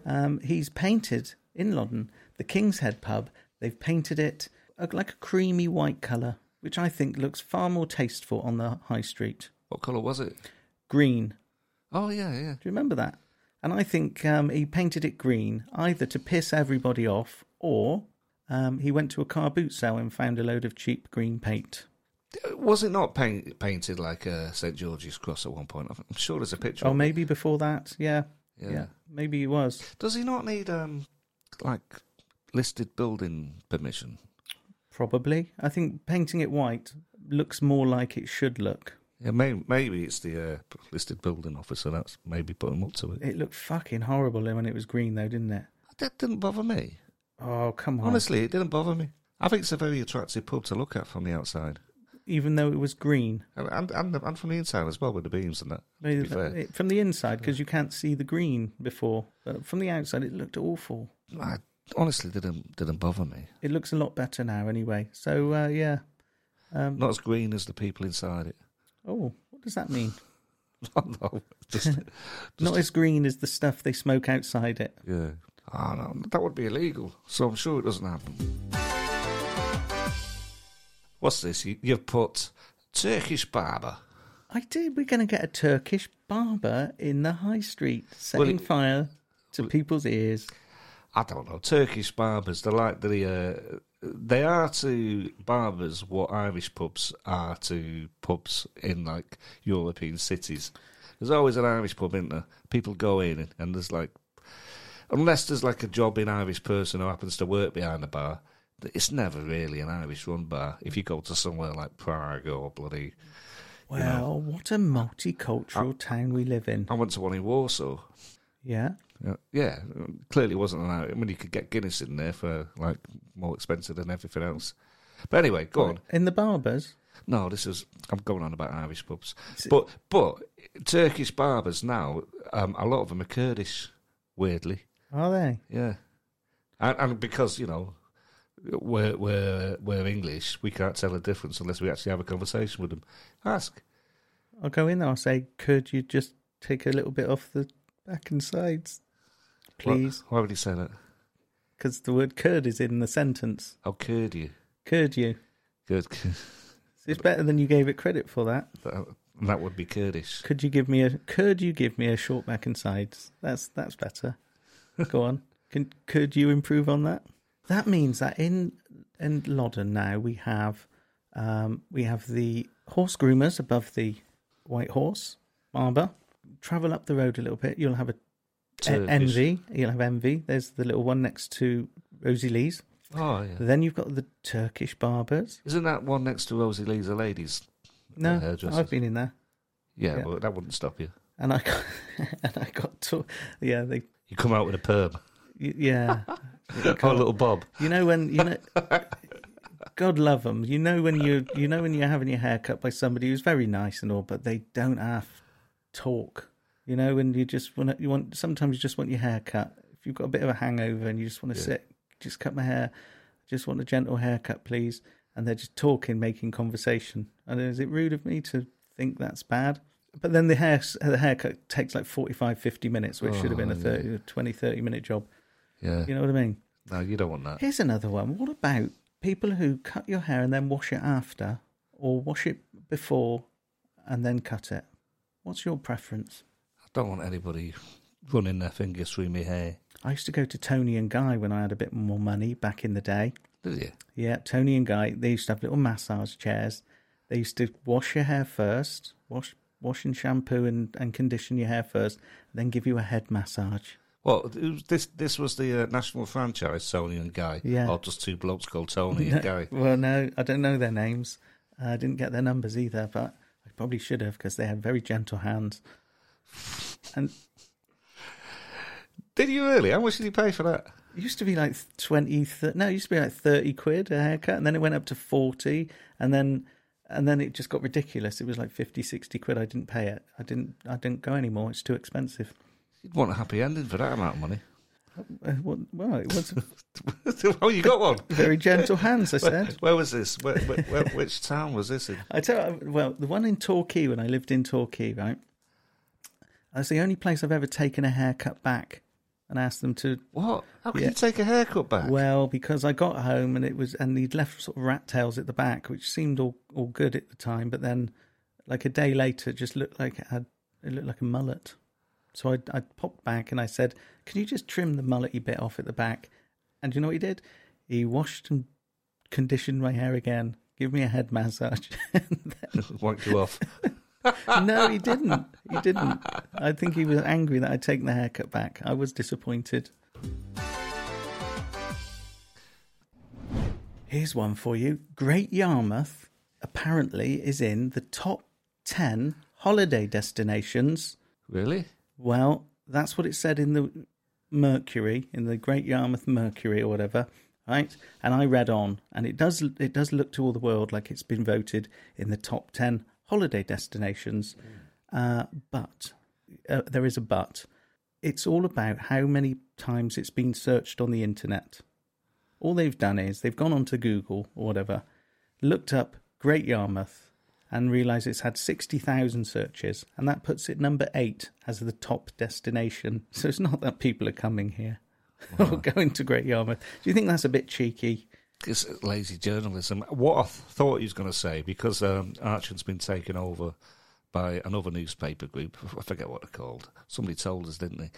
Um, he's painted in Loddon the King's Head pub. They've painted it a, like a creamy white colour, which I think looks far more tasteful on the high street.
What colour was it?
Green.
Oh, yeah, yeah.
Do you remember that? And I think um, he painted it green either to piss everybody off or um, he went to a car boot sale and found a load of cheap green paint. Oh,
Was it not paint, painted like uh, St George's Cross at one point? I'm sure there's a picture.
Oh,
of it.
maybe before that. Yeah. Yeah. Maybe he was.
Does he not need um like listed building permission?
Probably. I think painting it white looks more like it should look.
Yeah, maybe, maybe it's the uh, listed building officer that's maybe put him up to it.
It looked fucking horrible when it was green, though, didn't it?
That didn't bother me.
Oh, come on.
Honestly, it didn't bother me. I think it's a very attractive pub to look at from the outside.
Even though it was green.
And, and, and, and from the inside as well with the beams and that. To
Maybe
be fair.
it- From the inside, because you can't see the green before. But from the outside, it looked awful.
I honestly didn't didn't bother me.
It looks a lot better now, anyway. So, uh, yeah.
Not as green as the people inside it.
Oh, what does that mean?
no, no, just
Not as green as the stuff they smoke outside it.
yeah. Oh, no, that would be illegal. So I'm sure it doesn't happen. What's this? You, you've put Turkish barber.
I did. We're going to get a Turkish barber in the high street setting
it-
fire to people's ears.
I don't know Turkish barbers. They're like the uh, they are to barbers what Irish pubs are to pubs in like European cities. There's always an Irish pub, isn't there? People go in and there's like, unless there's like a jobbing Irish person who happens to work behind the bar, th- it's never really an Irish run bar. If you go to somewhere like Prague or bloody,
Well, what a multicultural town we live in.
I went to one in Warsaw.
Yeah.
Yeah, Yeah, clearly wasn't an Irish. I mean, you could get Guinness in there for like more expensive than everything else. But anyway, go on.
In the barbers.
No, this is I'm going on about Irish pubs, but but Turkish barbers now, um, a lot of them are Kurdish, weirdly.
Are they?
Yeah, and, and because you know we're we're we're English, we can't tell the difference unless we actually have a conversation with them. Ask.
I'll go in there. I'll say, could you just take a little bit off the back and sides,
Why-
please?
Why would he say that?
Because the word Kurd is in the sentence.
How Kurd you?
Kurd you.
Good.
It's better than you gave it credit for that.
That, that would be Kurdish.
Could you give me a? Could you give me a short back and sides? That's that's better. Go on. Can could you improve on that? That means that in in Loddon now we have um, we have the horse groomers above the White Horse Barber. Travel up the road a little bit, you'll have a
Turkish.
E-, envy. You'll have envy. There's the little one next to Rosie Lee's.
Oh yeah.
Then you've got the Turkish barbers.
Isn't that one next to Rosie Lee's a ladies?
No,
hairdressers.
I've been in there,
Yeah,
Yeah.
well, that wouldn't stop you.
and I got and I got to yeah they
You come out with a perm
Y- Yeah.
or a little bob.
you know when you know God love them. You know when you you know when you're having your hair cut by somebody who's very nice and all, but they don't have talk. You you know, and you just want to, you want sometimes you just want your hair cut. If you've got a bit of a hangover and you just want to sit, just cut my hair. Just want a gentle haircut, please. And they're just talking, making conversation. And is it rude of me to think that's bad? But then the hair the haircut takes like 45, 50 minutes, which should have been a 30, 20, 30 minute job.
Yeah.
You know what I mean?
No, you don't want that.
Here's another one. What about people who cut your hair and then wash it after, or wash it before and then cut it? What's your preference?
I don't want anybody running their fingers through my hair.
I used to go to Tony and Guy when I had a bit more money back in the day.
Did you?
Yeah, Tony and Guy, they used to have little massage chairs. They used to wash your hair first, wash wash and shampoo and, and condition your hair first, then give you a head massage.
Well, it was- this this was the uh, national franchise, Tony and Guy.
Yeah.
Or just two blokes called Tony and Guy.
Well, no, I don't know their names. Uh, I didn't get their numbers either, but I probably should have because they had very gentle hands. And
Did you really? How much did you pay for that?
It used to be like 20 30, no it used to be like 30 quid a haircut and then it went up to 40 and then and then it just got ridiculous it was like 50 60 quid i didn't pay it i didn't i didn't go anymore it's too expensive
You'd want a happy ending for that amount of money.
Uh, what- well it was
oh, you got one.
very gentle hands i said
Where was this? Where, where, where, which town was this in?
i tell well the one in torquay when i lived in torquay right that's the only place i've ever taken a haircut back and asked them to
What? How can
Yeah.
you take a haircut back?
Well, because I got home and it was, and he'd left sort of rat tails at the back, which seemed all, all good at the time, but then, like a day later, it just looked like it had it looked like a mullet. So I I popped back and I said, "Can you just trim the mullety bit off at the back?" And you know what he did? He washed and conditioned my hair again, give me a head massage. And
Wanked you off.
then- no, he didn't. He didn't. I think he was angry that I'd taken the haircut back. I was disappointed. Here's one for you. Great Yarmouth apparently is in the top 10 holiday destinations.
Really?
Well, that's what it said in the Mercury, in the Great Yarmouth Mercury or whatever, right? And I read on, and it does it does look to all the world like it's been voted in the top 10 holiday destinations. Uh, but uh, there is a but. It's all about how many times it's been searched on the internet. All they've done is they've gone onto Google or whatever, looked up Great Yarmouth, and realised it's had 60,000 searches, and that puts it number eight as the top destination. So it's not that people are coming here or going to Great Yarmouth. Do you think that's a bit cheeky?
It's lazy journalism. What I th- thought he was going to say, because um, Archon's been taken over by another newspaper group. I forget what they're called. Somebody told us, didn't they?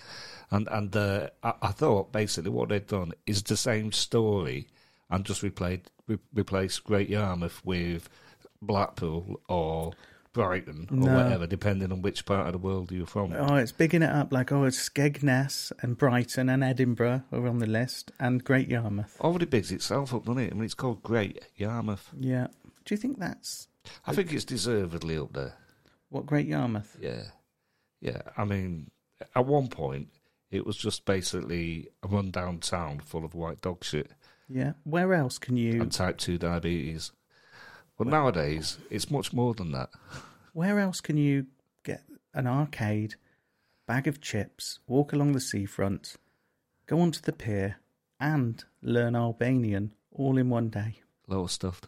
And and uh, I, I thought basically what they'd done is the same story and just replayed, re- replaced Great Yarmouth with Blackpool or Brighton or
No.
whatever, depending on which part of the world you're from.
Oh, it's bigging it up like, oh, it's Skegness and Brighton and Edinburgh are on the list, and Great Yarmouth.
Already bigs itself up, doesn't it? I mean, it's called Great Yarmouth.
Yeah. Do you think that's
I think it's deservedly up there.
what Great Yarmouth?
Yeah. Yeah. I mean, at one point, it was just basically a rundown town full of white dog shit
Yeah. Where else can you
and type 2 diabetes. But nowadays, it's much more than that.
Where else can you get an arcade, bag of chips, walk along the seafront, go onto the pier, and learn Albanian all in one day?
Lower stuffed.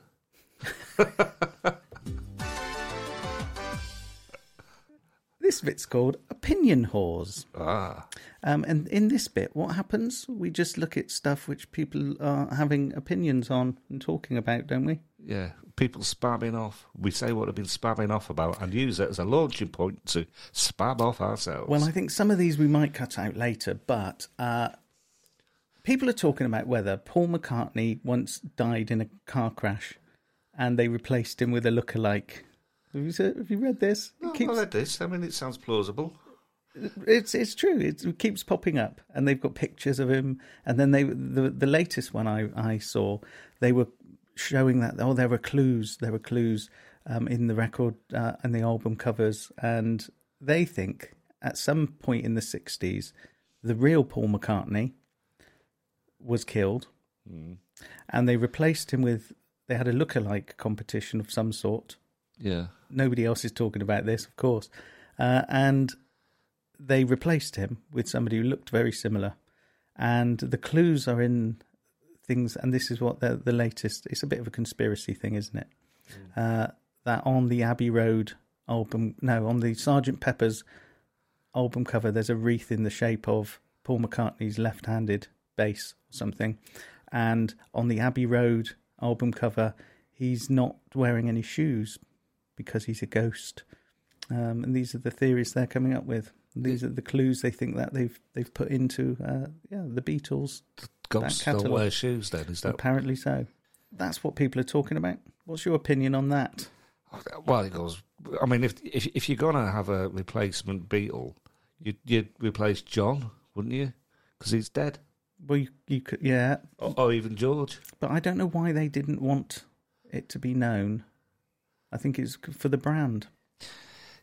This bit's called opinion whores.
Ah.
Um, and in this bit, what happens? We just look at stuff which people are having opinions on and talking about, don't we?
Yeah. People spamming off. We say what they've been spamming off about and use it as a launching point to spam off ourselves.
Well, I think some of these we might cut out later, but uh, people are talking about whether Paul McCartney once died in a car crash and they replaced him with a lookalike. Have you, se- have you read this? It
No, I
keeps-
read this. I mean, it sounds plausible.
it's it's true. It's, it keeps popping up, and they've got pictures of him. And then they the the latest one I I saw, they were showing that oh there were clues there were clues um, in the record uh, and the album covers, and they think at some point in the sixties, the real Paul McCartney was killed, and they replaced him with they had a lookalike competition of some sort
Yeah.
nobody else is talking about this, of course. Uh, and they replaced him with somebody who looked very similar. And the clues are in things, and this is what the, the latest. It's a bit of a conspiracy thing, isn't it? Uh, that on the Abbey Road album, no, on the Sergeant Pepper's album cover, there's a wreath in the shape of Paul McCartney's left-handed bass or something, and on the Abbey Road album cover, he's not wearing any shoes because he's a ghost. Um, and these are the theories they're coming up with. These are the clues they think that they've they've put into uh, yeah the Beatles.
Ghosts don't
catalogue.
wear shoes then, is that?
Apparently so. That's what people are talking about. What's your opinion on that?
Well, it goes. I mean, if if, if you're going to have a replacement Beatle, you'd, you'd replace John, wouldn't you? Because he's dead.
Well, you, you could yeah,
Or, or even George.
but I don't know why they didn't want it to be known. I think it's for the brand.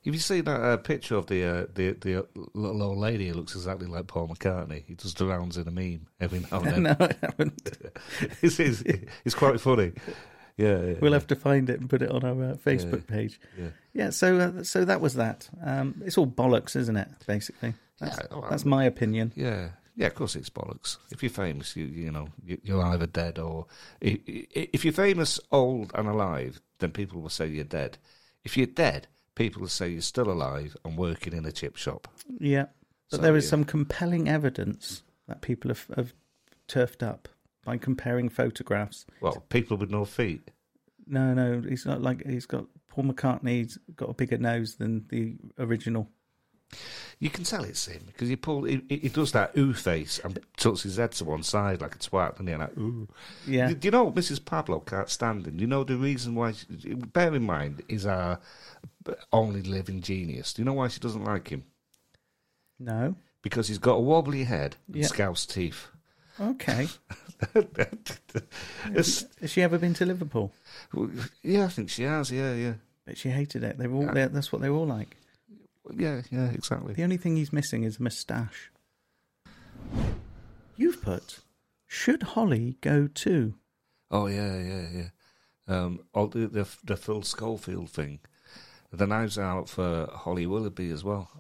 Have you seen that uh, picture of the uh, the the little old lady who looks exactly like Paul McCartney? He just rounds in a meme every now and then.
no, I haven't.
it's, it's, it's quite funny. Yeah, yeah,
We'll uh, have to find it and put it on our uh, Facebook page.
yeah.
Yeah, so uh, so that was that. Um, it's all bollocks, isn't it? Basically, that's,
Yeah, well,
that's my opinion.
Yeah, yeah. Of course, it's bollocks. If you're famous, you you know you- you're either dead or i- i- if you're famous, old and alive, then people will say you're dead. If you're dead, people will say you're still alive and working in a chip shop.
Yeah, but
So,
there is
yeah.
some compelling evidence that people have, have turfed up by comparing photographs.
Well, people with no feet.
No, no, he's not like he's got Paul McCartney's got a bigger nose than the original.
You can tell it's him because he pull he, he he does that ooh face and tilts his head to one side like a twat, and he's like ooh.
Yeah,
Do you know Mrs. Pablo can't stand him? Do you know the reason why? She, bear in mind, is our only living genius. Do you know why she doesn't like him?
no,
because he's got a wobbly head and
Yeah.
scouse teeth.
okay.
It's-
Has she ever been to Liverpool?
yeah, I think she has. Yeah, yeah,
But she hated it. They were all there. That's what they were all like.
yeah, yeah. Exactly.
The only thing he's missing is a moustache. You've put, should Holly go too?
Oh, yeah, yeah, yeah. Um, all the, the the Phil Schofield thing. The knives are out for Holly Willoughby as well.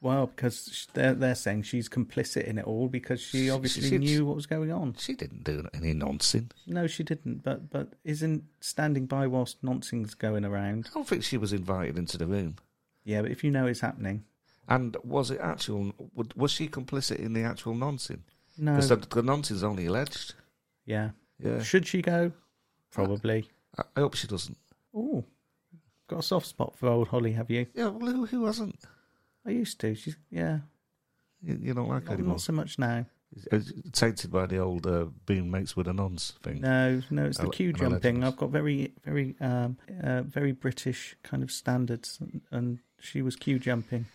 Well, because sh- they're, they're saying she's complicit in it all because she obviously
she's-
knew what was going on.
She didn't do any nonsense.
No, she didn't. But but isn't standing by whilst nonsense going around?
I don't think she was invited into the room.
Yeah, but if you know it's happening,
And was it actual? would- Was she complicit in the actual nonsense?
no.
Because the, the nonsense is only alleged.
Yeah.
Yeah.
Should she go? Uh, Probably.
I, I hope she doesn't.
Oh, got a soft spot for old Holly, have you?
Yeah. Well, who, who hasn't?
I used to. She's yeah,
You, you don't like her
not,
anymore.
not so much now.
It's uh, tainted by the old uh, being mates with a nonce thing.
No, no, it's the
Ele-
queue
elections.
jumping. I've got very, very, um, uh, very British kind of standards, and, and she was queue jumping.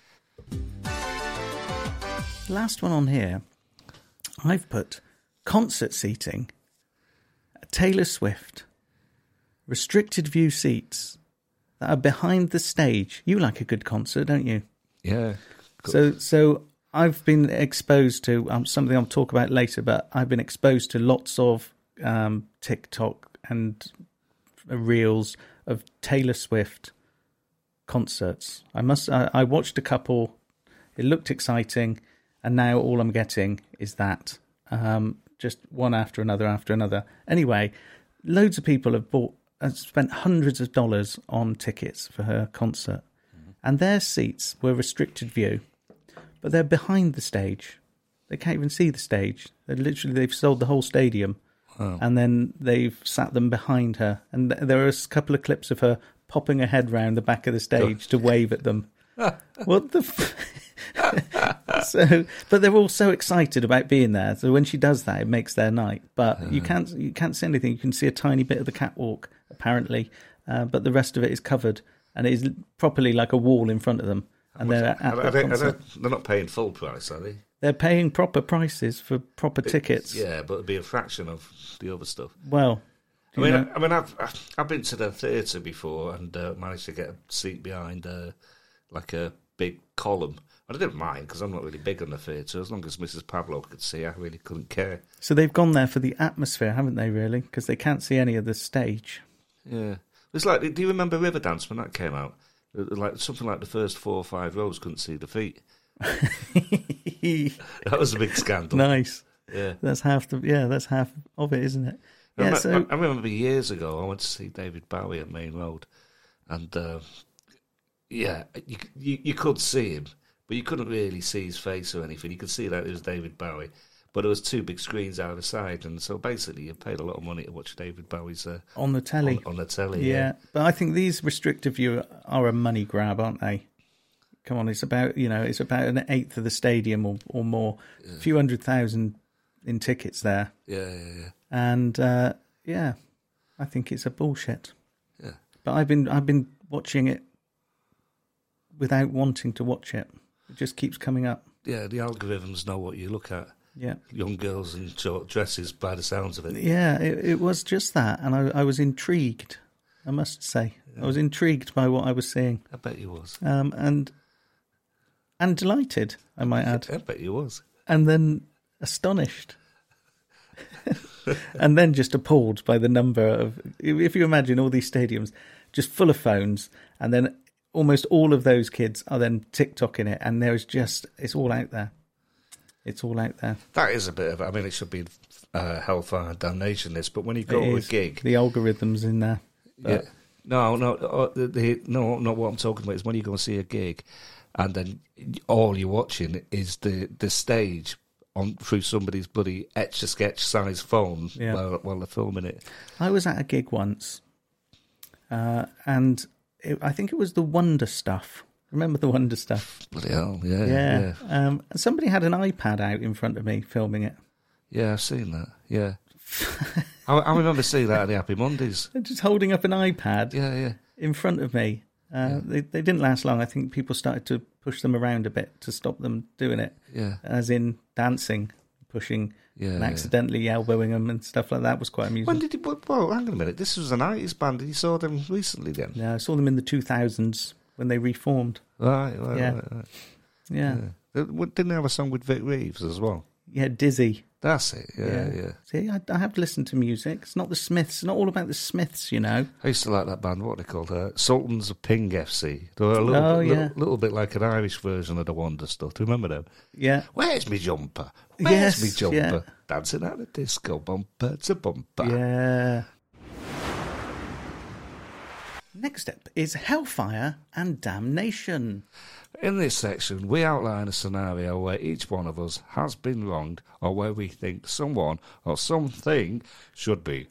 Last one on here, I've put concert seating, Taylor Swift, restricted view seats that are behind the stage. You like a good concert, don't you?
Yeah.
So, so I've been exposed to um, something I'll talk about later, but I've been exposed to lots of um, TikTok and reels of Taylor Swift concerts. I must. I, I watched a couple. It looked exciting, and now all I'm getting is that. Um, just one after another after another. Anyway, loads of people have bought and spent hundreds of dollars on tickets for her concert, and their seats were restricted view, but they're behind the stage. They can't even see the stage. They literally they've sold the whole stadium, and then they've sat them behind her. And th- there are a couple of clips of her popping her head round the back of the stage to wave at them. what the? F- so, but they're all so excited about being there. So when she does that, it makes their night. But you can't you can't see anything. You can see a tiny bit of the catwalk apparently, uh, but the rest of it is covered and it is properly like a wall in front of them. And they're at
Are,
the
are they, are
concert.
they, are not paying full price, are they?
They're paying proper prices for proper tickets.
Yeah, but it'd be a fraction of the other stuff.
Well,
I
do you
mean, uh,
know-
I, I mean, I've I've- I've been to the theatre before and uh, managed to get a seat behind uh, like a big column. And I didn't mind because I'm not really big on the theatre. As long as Mrs. Pablo could see, I really couldn't care.
so they've gone there for the atmosphere, haven't they? Really, because they can't see any of the stage.
Yeah, it's like. Do you remember Riverdance when that came out? Uh, Like something like the first four or five rows couldn't see the feet. That was a big scandal.
nice.
Yeah.
That's half the yeah. That's half of it, isn't it?
I
Yeah.
me-
So
I remember years ago, I went to see David Bowie at Main Road, and uh, yeah, you, you you could see him, but you couldn't really see his face or anything. You could see that it was David Bowie, but there was two big screens either side, and so basically you paid a lot of money to watch David Bowie's uh,
on the telly.
on, on the telly.
yeah. But I think these restrictive view are a money grab, aren't they? Come on, it's about you know it's about an eighth of the stadium or or more, a few hundred thousand in tickets there,
yeah, yeah, yeah. yeah.
and uh, yeah, I think it's a bullshit.
Yeah.
But I've been I've been watching it without wanting to watch it. It just keeps coming up.
Yeah, the algorithms know what you look at.
Yeah.
Young girls in short dresses, by the sounds of it.
Yeah, it, it was just that, and I, I was intrigued. I must say, I was intrigued by what I was seeing,
I bet you was.
um, and and delighted, I might add,
I bet you was.
and then astonished, and then just appalled by the number of. If if you imagine all these stadiums, just full of phones, and then almost all of those kids are then TikToking it, and there is just it's all out there. It's all out there.
That is a bit of. I mean, it should be uh, hellfire and damnation. This, but when you go
It
to a
is.
gig,
The algorithms in there.
yeah. No, no, uh, the, the, no, not what I'm talking about. Is when you go and see a gig, and then all you're watching is the the stage on through somebody's bloody etch a sketch size phone
Yeah.
while while they're filming it.
I was at a gig once, uh, and it, I think it was the Wonder Stuff. Remember the Wonder Stuff?
Bloody hell! Yeah, yeah,
Yeah.
yeah.
Um, and somebody had an iPad out in front of me filming it.
I've seen that. Yeah, I, I remember seeing that at the Happy Mondays.
They're just holding up an iPad
Yeah, yeah.
in front of me. Uh, they, they didn't last long. I think people started to push them around a bit to stop them doing it,
Yeah,
as in dancing, pushing,
yeah.
and
yeah.
accidentally elbowing them and stuff like that was quite amusing.
When did you? Well, well, hang on a minute. This was an nineties band. You saw them recently, then?
yeah, I saw them in the 2000s when they reformed.
Right, right,
Yeah.
right, right.
Yeah.
Yeah. They- what- Didn't they have a song with Vic Reeves as well?
Yeah, Dizzy.
That's it. Yeah, yeah.
See, I, I have listened to music. It's not the Smiths. It's not all about the Smiths, you know.
I used to like that band. What were they called? Uh, Sultans of Ping FC. They were a little,
Oh,
bit, little,
yeah.
little bit like an Irish version of the Wonder stuff. Do you remember them?
Yeah,
Where's me jumper? Where's
Yes,
me jumper?
yeah.
Dancing at the disco, bumper to bumper.
yeah. Next up is Hellfire and Damnation.
In this section, we outline a scenario where each one of us has been wronged or where we think someone or something should be.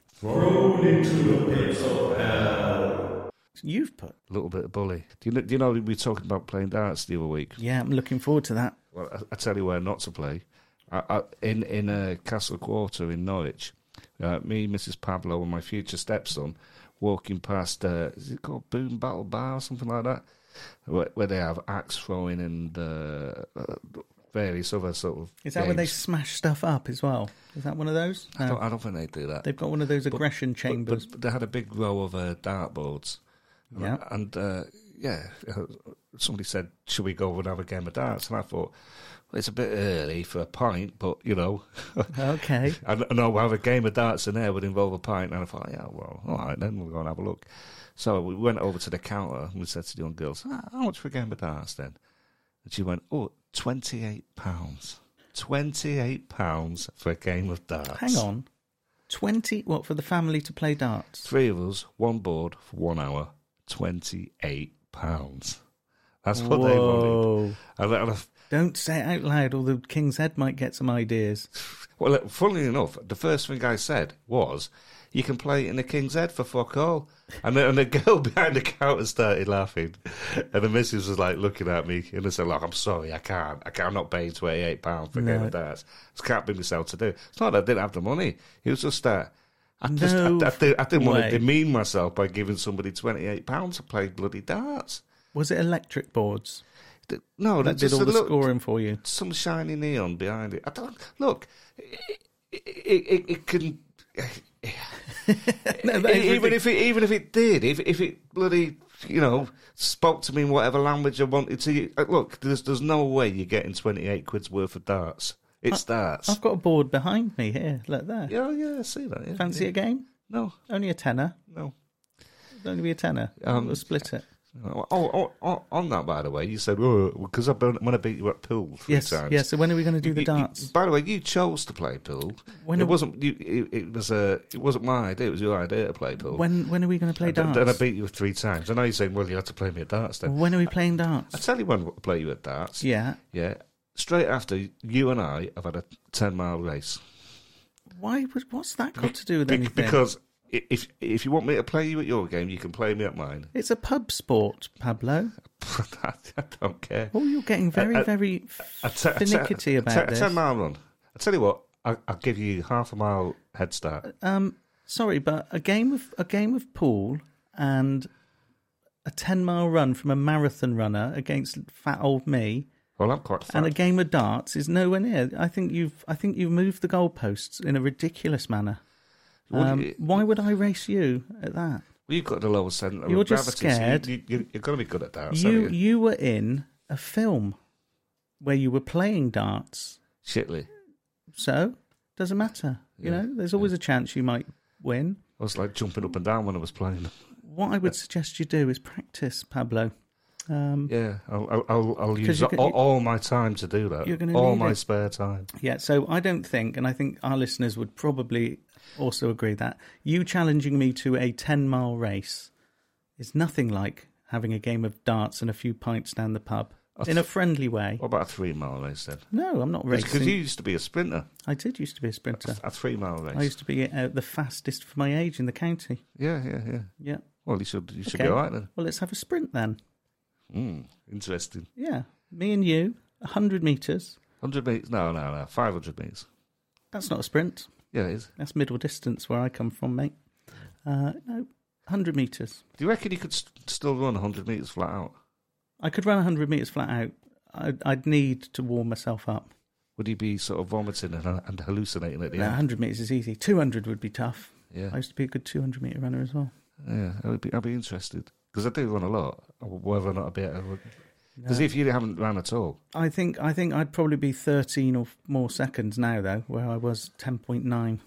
You've put.
A little bit of bully. Do you know, do you know we were talking about playing darts the other week?
Yeah, I'm looking forward to that.
Well, I, I tell you where not to play. I, I, in in uh, Castle Quarter in Norwich, uh, me, Mrs. Pablo, and my future stepson walking past. Uh, is it called Boom Battle Bar or something like that? Where, where they have axe throwing and uh, uh, various other sort of.
Is that where they
games.
smash stuff up as well? Is that one of those?
I
No.
don't, I don't think they do that.
They've got one of those aggression
But-
chambers.
But, they had a big row of uh, dartboards. And I-
Yeah.
And uh, yeah, uh, somebody said, "Should we go and have a game of darts?" And I thought, well, "It's a bit early for a pint, but you know,
okay.
I kn- I know we'll have a game of darts in there would involve a pint." And I thought, "Yeah, well, all right, then we'll go and have a look." So we went over to the counter and we said to the young girls, "Ah, "How much for a game of darts then?" And she went, "Oh, twenty-eight pounds." Twenty-eight pounds for a game of darts.
Hang on. 20, what, for the family to play darts?
Three of us, one board for one hour, twenty-eight pounds. That's what they wanted. And, I- and I-
Don't say it out loud, or the King's Head might get some ideas.
well, look, funnily enough, the first thing I said was, "You can play it in the King's Head for fuck all." And the, and the girl behind the counter started laughing, and the missus was like looking at me, and I said, "Look, I'm sorry, I can't. I can't. I'm not paying twenty-eight pounds for a game
No.
of darts. I can't bring myself to do. it. It's not that I didn't have the money. It was just that." I, just, I,
No
I, didn't- I didn't want
way.
to demean myself by giving somebody twenty-eight pounds to play bloody darts.
Was it electric boards?
Th- No,
that
that's
did
just
all
a
the
look,
scoring for you.
some shiny neon behind it. I don't look. It, it, it, it can.
No, that
Even
is ridiculous.
if it, even if it did, if if it bloody you know spoke to me in whatever language I wanted to, uh, look, there's there's no way you're getting twenty eight quid's worth of darts. It's
Uh,
darts.
I've got a board behind me here, look there.
yeah, yeah, I see that. Yeah.
Fancy a game?
No,
Only a tenner.
no,
It'd only be a tenner.
Um,
we'll split it.
Oh, oh, oh, on that, by the way, you said, because I when I beat you at pool three
Yes,
times.
yeah. So when are we going to do
You-
the
you-
darts?
by the way, you chose to play pool.
When
it
are-
wasn't you, it, it was a it wasn't my idea. It was your idea to play pool.
When when are we going to play
Oh. And then,
darts?
then I beat you three times. I know you're saying, well, you had to play me at darts. Then
when are we playing
I
darts?
tell you when I play you at darts.
Yeah.
yeah. Straight after you and I have had a ten mile race.
Why? would- What's that got to do with
Be-
anything?
because i- if if you want me to play you at your game, you can play me at mine.
it's a pub sport, Pablo.
I don't care.
Oh, you're getting very,
I- I-
very
A te- a te-
finicky
a
about
te-
this.
A ten mile run. I tell you what, I, I'll give you half a mile head start.
Um, sorry, but a game of a game of pool and a ten mile run from a marathon runner against fat old me,
Well, I'm quite. Fat.
and a game of darts is nowhere near. I think you've I think you've moved the goalposts in a ridiculous manner.
Well,
Um,
you-
why would I race you at that?
Well, you've got the lower centre
You're
of
just
gravity.
scared.
So you, you, you're going to be good at darts.
you
aren't you?
you were in a film where you were playing darts,
Shitley.
so doesn't matter. You
Yeah,
know, there's always a chance you might win.
I was like jumping up and down when I was playing.
What I would suggest you do is practice, Pablo. Um,
Yeah, I'll, I'll, I'll, I'll use
you
all,
could-
all my time to do that.
You're gonna
all
need
my
it.
spare time.
Yeah, so I don't think, and I think our listeners would probably also agree that you challenging me to a 10 mile race is nothing like having a game of darts and a few pints down the pub in a friendly way.
What about a three mile race then?
No, I'm not
Because
racing.
you used to be a sprinter,
I did used to be a sprinter.
a three mile
I
race.
used to be uh, the fastest for my age in the county.
Yeah, yeah, yeah.
Yeah.
Well, you should you should
Okay.
be all right then.
Well, let's have a sprint then.
Mm, interesting.
Yeah. Me and you, 100 metres.
100 metres? No, no, no. 500 metres.
That's not a sprint.
Yeah, it is.
That's middle distance where I come from, mate. Uh, no, 100 metres.
Do you reckon you could st- still run 100 metres flat out?
I could run 100 metres flat out. I'd, I'd need to warm myself up.
Would you be sort of vomiting and, and hallucinating at the
Now,
end?
100 metres is easy. 200 would be tough.
Yeah.
I used to be a good 200 metre runner as well.
Yeah, I'd be, I'd be interested because I do run a lot. Whether or not I'd be able, because if you haven't run at all,
I think I think I'd probably be 13 or f- more seconds now though, where I was 10.9,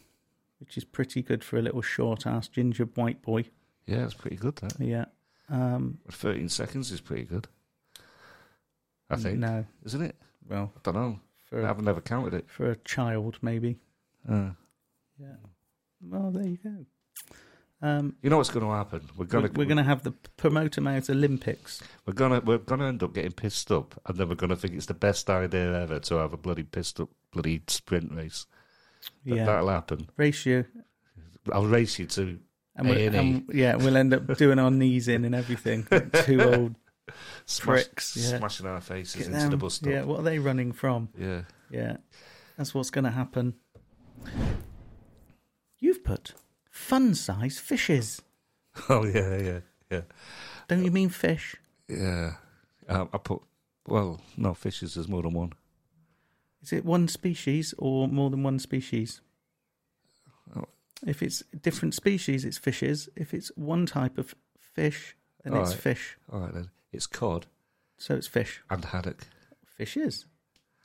which is pretty good for a little short-ass ginger white boy.
yeah, it's pretty good. That
Yeah. Um,
thirteen seconds is pretty good. I think,
No.
isn't it?
Well,
I don't know.
for a,
I've never counted it.
for a child maybe.
Uh,
Yeah. Well, there you go. Um,
you know what's going to happen? We're
we're,
gonna
we're going to have the Promoter Mount Olympics.
we're gonna we're gonna end up getting pissed up, and then we're gonna think it's the best idea ever to have a bloody pissed up bloody sprint race. That,
Yeah.
That'll happen.
Ratio.
I'll race you to.
And we'll,
A&E.
and, yeah, we'll end up doing our knees in and everything. like Two old
Smash,
Pricks, yeah.
Smashing our faces
get
into the
them.
bus stop.
Yeah, what are they running from?
yeah.
Yeah, that's what's going to happen. You've put fun-size fishes.
Oh yeah, yeah, yeah.
Don't you mean fish?
Yeah. Um, I put, well, no, fishes, there's more than one.
Is it one species or more than one species?
Oh.
If it's different species, it's fishes. If it's one type of fish, then it's
Alright.
fish.
All right, then. It's cod
So it's fish.
and haddock.
Fishes.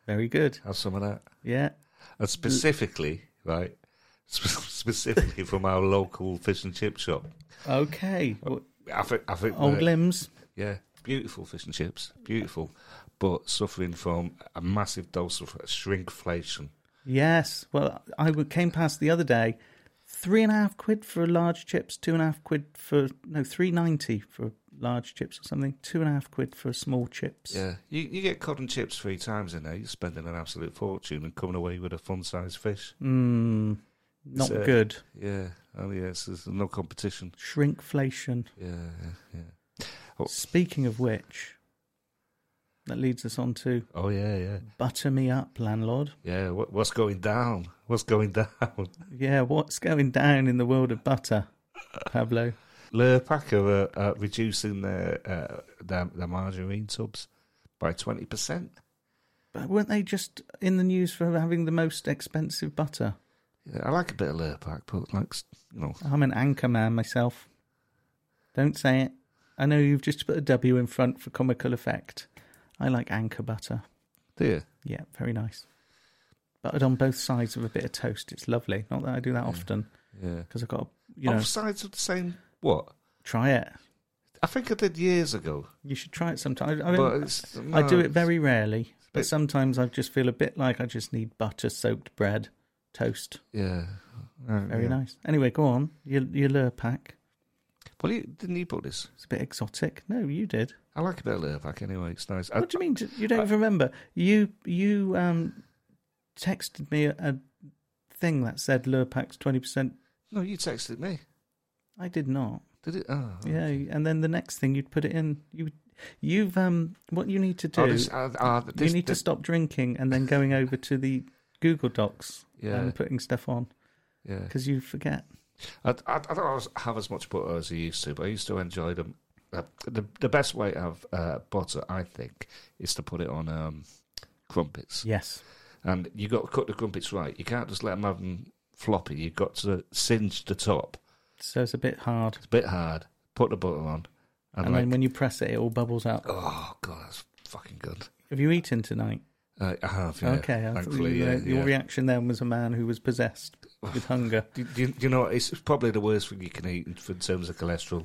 Very good.
Have some of that.
Yeah.
And specifically, right, sp- specifically from our local fish and chip shop.
Okay. Well,
I think, I think
Old
that-
limbs.
yeah, beautiful fish and chips, beautiful, but suffering from a massive dose of shrinkflation.
Yes. Well, I w- came past the other day. Three and a half quid for large chips. Two and a half quid for no. Three ninety for large chips or something. Two and a half quid for small chips.
Yeah, you, you get cod and chips three times in there, you're spending an absolute fortune and coming away with a fun sized fish.
Mm,
It's,
not
uh,
good.
Yeah, oh, yes, there's no competition.
Shrinkflation.
Yeah, yeah, yeah. Oh.
Speaking of which, that leads us on to
Oh yeah, yeah,
butter me up, landlord.
yeah. What, what's going down? What's going down?
Yeah, what's going down in the world of butter, Pablo?
Le Packer are, uh, are reducing their, uh, their their margarine tubs by twenty percent.
But weren't they just in the news for having the most expensive butter?
Yeah, I like a bit of Le Pack, but like s- you know,
I'm an anchor man myself. Don't say it. I know you've just put a W in front for comical effect. I like anchor butter.
do you?
Yeah, very nice. Buttered on both sides of a bit of toast. It's lovely. Not that I do that often
Yeah.
because I've got, to, you know,
Both sides of the same what?
try it.
I think I did years ago,
You should try it sometime. I, mean,
but it's,
I do
no,
it very rarely, but
bit-
sometimes I just feel a bit like I just need butter soaked bread, toast.
Yeah, Uh,
Very
yeah.
nice. Anyway, go on. Your, your lure pack.
Well, you, didn't you put this?
It's a bit exotic. No, you did.
I like a bit of Lurpak anyway. It's nice. I,
What do you mean? You don't even remember? You you um, texted me a, a thing that said Lurpak's twenty percent.
no, you texted me.
I did not.
Did it? Oh,
Yeah, and then the next thing you'd put it in. You you've um what you need to do.
Oh, this, uh, uh, this,
you need to
this-
stop drinking and then going over to the Google Docs
Yeah.
and putting stuff on
Yeah.
because you forget.
I, I, I don't always have as much butter as I used to, but I used to enjoy them. Uh, the the best way to have uh, butter, I think, is to put it on um, crumpets.
Yes.
And you got to cut the crumpets right. You can't just let them have them floppy. You've got to singe the top.
So it's a bit hard,
It's a bit hard. Put the butter on. And,
and,
like,
then when you press it, it all bubbles up.
oh, God, that's fucking good.
Have you eaten tonight?
Uh, I have, yeah.
okay, I thought you,
thankfully, yeah,
were- your
yeah.
reaction then was a man who was possessed with hunger.
Do, do, do you know it's probably the worst thing you can eat in, in terms of cholesterol?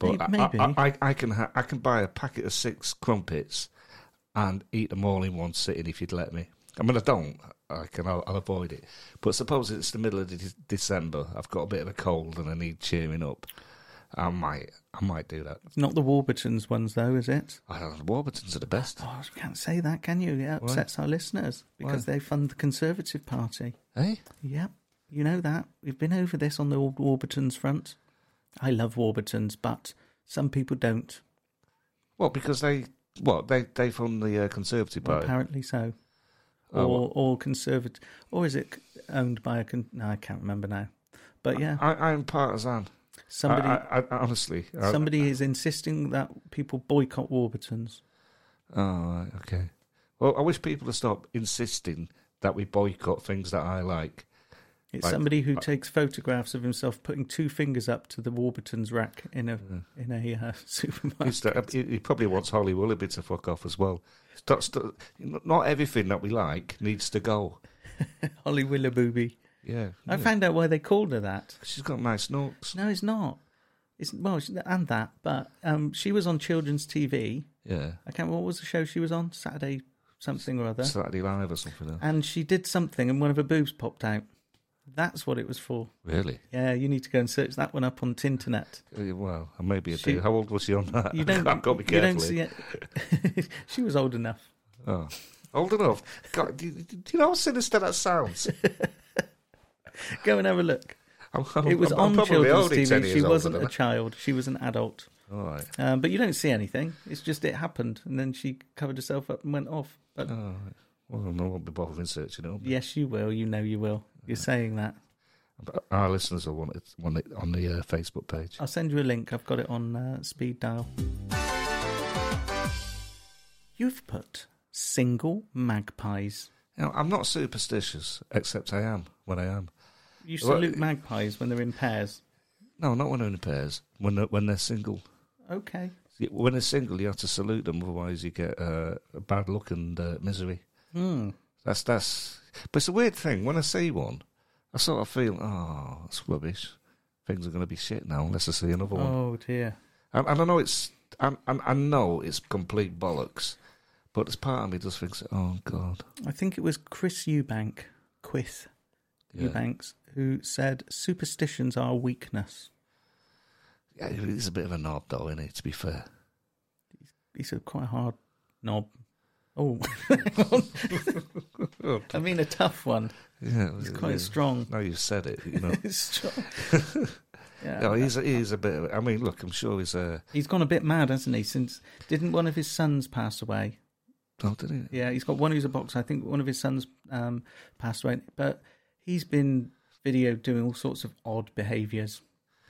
But I-
Maybe.
I, I, I can ha- I can buy a packet of six crumpets and eat them all in one sitting if you'd let me. I mean, I don't. I can. I'll, I'll avoid it. But suppose it's the middle of de- December. I've got a bit of a cold and I need cheering up. I might. I might do that.
It's not the Warburtons ones though, is it?
I don't know. The Warburtons are the best.
Oh, you can't say that, can you? It upsets our listeners because they fund the Conservative Party.
Hey,
Yep, you know that. We've been over this on the War- Warburtons front. I love Warburtons, but some people don't.
well, because they what they they fund the uh, Conservative
Well,
Party.
apparently so. Or
Oh,
or conservative, or is it owned by a? Con- no, I can't remember now. But yeah,
I, I'm partisan.
somebody
I, I, I, honestly, I-
somebody is insisting that people boycott Warburtons.
Oh, right, okay. Well, I wish people would stop insisting that we boycott things that I like.
It's
Like-
somebody who takes photographs of himself putting two fingers up to the Warburtons rack in a
Mm.
in a uh, supermarket.
It's that- he, he probably wants Holly Willoughby to fuck off as well. Stop, stop, not everything that we like needs to go.
Holly Willoughby.
Yeah, yeah.
I found out why they called her that.
she's got nice nooks.
No, it's not. It's well, she- and that, but um, she was on children's TV.
Yeah,
I can't. What was the show she was on? Saturday something or other.
Saturday Live or something. Like.
and she did something and one of her boobs popped out. That's what it was for.
Really?
Yeah, you need to go and search that one up on Tinternet.
Uh, Well, maybe I
She-
do. How old was she on that?
You don't.
I've got to be
you
careful.
don't see
here.
it. she was old enough.
Oh. Old enough. God, do, do you know how sinister that sounds?
Go and have a look.
I'm, I'm-
It was
I'm
on
probably
children's
only 10
TV. She
years older
wasn't
than
a
that.
child. She was an adult.
All right.
Um, but you don't see anything. It's just it happened, and then she covered herself up and went off. But
All right. Well, I won't be bothering searching it up.
yes, you will. You know you will. You're saying that.
But Our listeners will want it, want it on the uh, Facebook page.
I'll send you a link. I've got it on uh, speed dial. You've put single magpies.
Now, I'm not superstitious, except I am when I am.
You
Well,
salute magpies when they're in pairs.
No, not when they're in pairs. When they're, when they're single,
Okay.
when they're single, you have to salute them, otherwise you get uh, bad luck and uh, misery.
Hmm.
That's that's. But it's a weird thing. When I see one, I sort of feel, oh, it's rubbish. Things are going to be shit now unless I see another one.
Oh dear.
And, and I know it's, and, and I know it's complete bollocks, but there's part of me just thinks, oh god,
I think it was Chris Eubank, Quith
Yeah.
Eubanks, who said superstitions are a weakness.
yeah, it's a bit of a knob though, isn't it? To be fair.
He's a quite hard knob. Oh, I mean a tough one.
Yeah,
He's quite strong.
Now you've said it, you know.
strong. Yeah.
no, he's a, he's a bit. Of, I mean, look, I'm sure he's uh, a.
He's gone a bit mad, hasn't he? Since didn't one of his sons pass away?
Oh, did he?
Yeah, he's got one who's a boxer. I think one of his sons um, passed away, but he's been videoed doing all sorts of odd behaviours,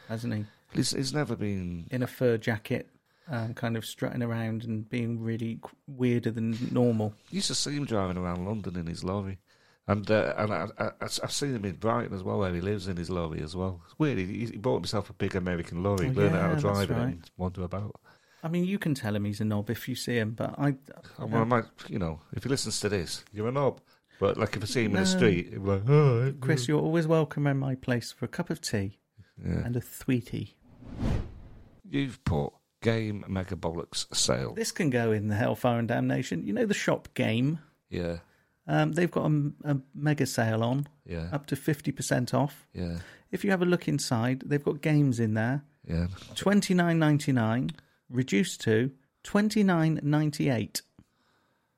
hasn't he?
He's, he's never been.
In a fur jacket, um, kind of strutting around and being really qu- weirder than normal.
You used to see him driving around London in his lorry, and uh, and I, I, I've seen him in Brighton as well, where he lives in his lorry as well. It's weird. He, he bought himself a big American lorry,
Oh,
learned how
yeah,
to drive
that's
it,
right.
and wander about.
I mean, you can tell him he's a knob if you see him, but I,
I, well, I might, you know, if he listens to this, you're a knob. But like if I see him in
No.
the street, he'd be like, "Oh, all right.
Chris, you're always welcome in my place for a cup of tea
Hmm. Yeah.
and a sweetie.
you've put Game Megabollocks sale.
This can go in the Hellfire and Damnation. You know the shop game.
Yeah,
Um, they've got a, a mega sale on,
yeah,
up to fifty percent off.
yeah,
If you have a look inside, they've got games in there.
yeah.
Twenty nine ninety nine, reduced to twenty nine ninety eight,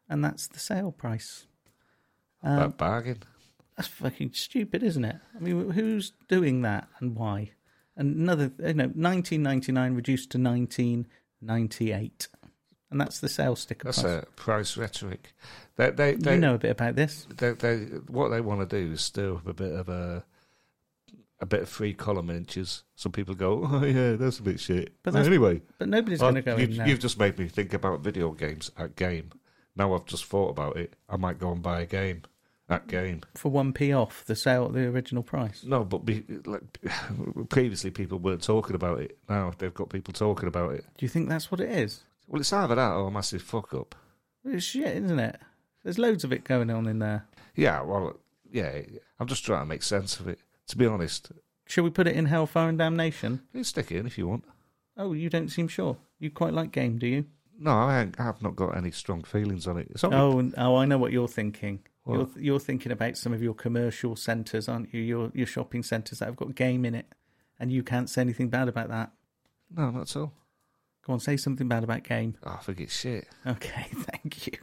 and that's the sale price. Um,
that bargain.
That's fucking stupid, isn't it? I mean, who's doing that and why? And another, you know, nineteen ninety nine reduced to nineteen ninety eight, and that's the sale sticker
That's
price.
a price rhetoric. They, they, they,
you know a bit about this.
they, they, what they want to do is stir up a bit of a, a bit of free column inches. Some people go, oh yeah, that's a bit shit. But
But that's-
anyway,
But nobody's
oh,
going to go in
you,
there.
you've just made me think about video games at game. Now I've just thought about it. I might go and buy a game at game.
for one p off the sale, the original price.
No, but be, like, previously people weren't talking about it. Now they've got people talking about it.
Do you think that's what it is?
Well, it's either that or a massive fuck up.
It's shit, isn't it? There's loads of it going on in there.
Yeah, well, yeah. I'm just trying to make sense of it. To be honest,
Shall we put it in Hellfire and Damnation?
you can stick it in if you want.
Oh, you don't seem sure. You quite like game, do you?
No, I, ain't, I have not got any strong feelings on it. It's only,
Oh, and- oh, I know what you're thinking. You're you're thinking about some of your commercial centres, aren't you? Your your shopping centres that have got game in it, and you can't say anything bad about that.
no, not at all.
Go on, say something bad about game.
Oh, I think it's shit.
Okay, thank you.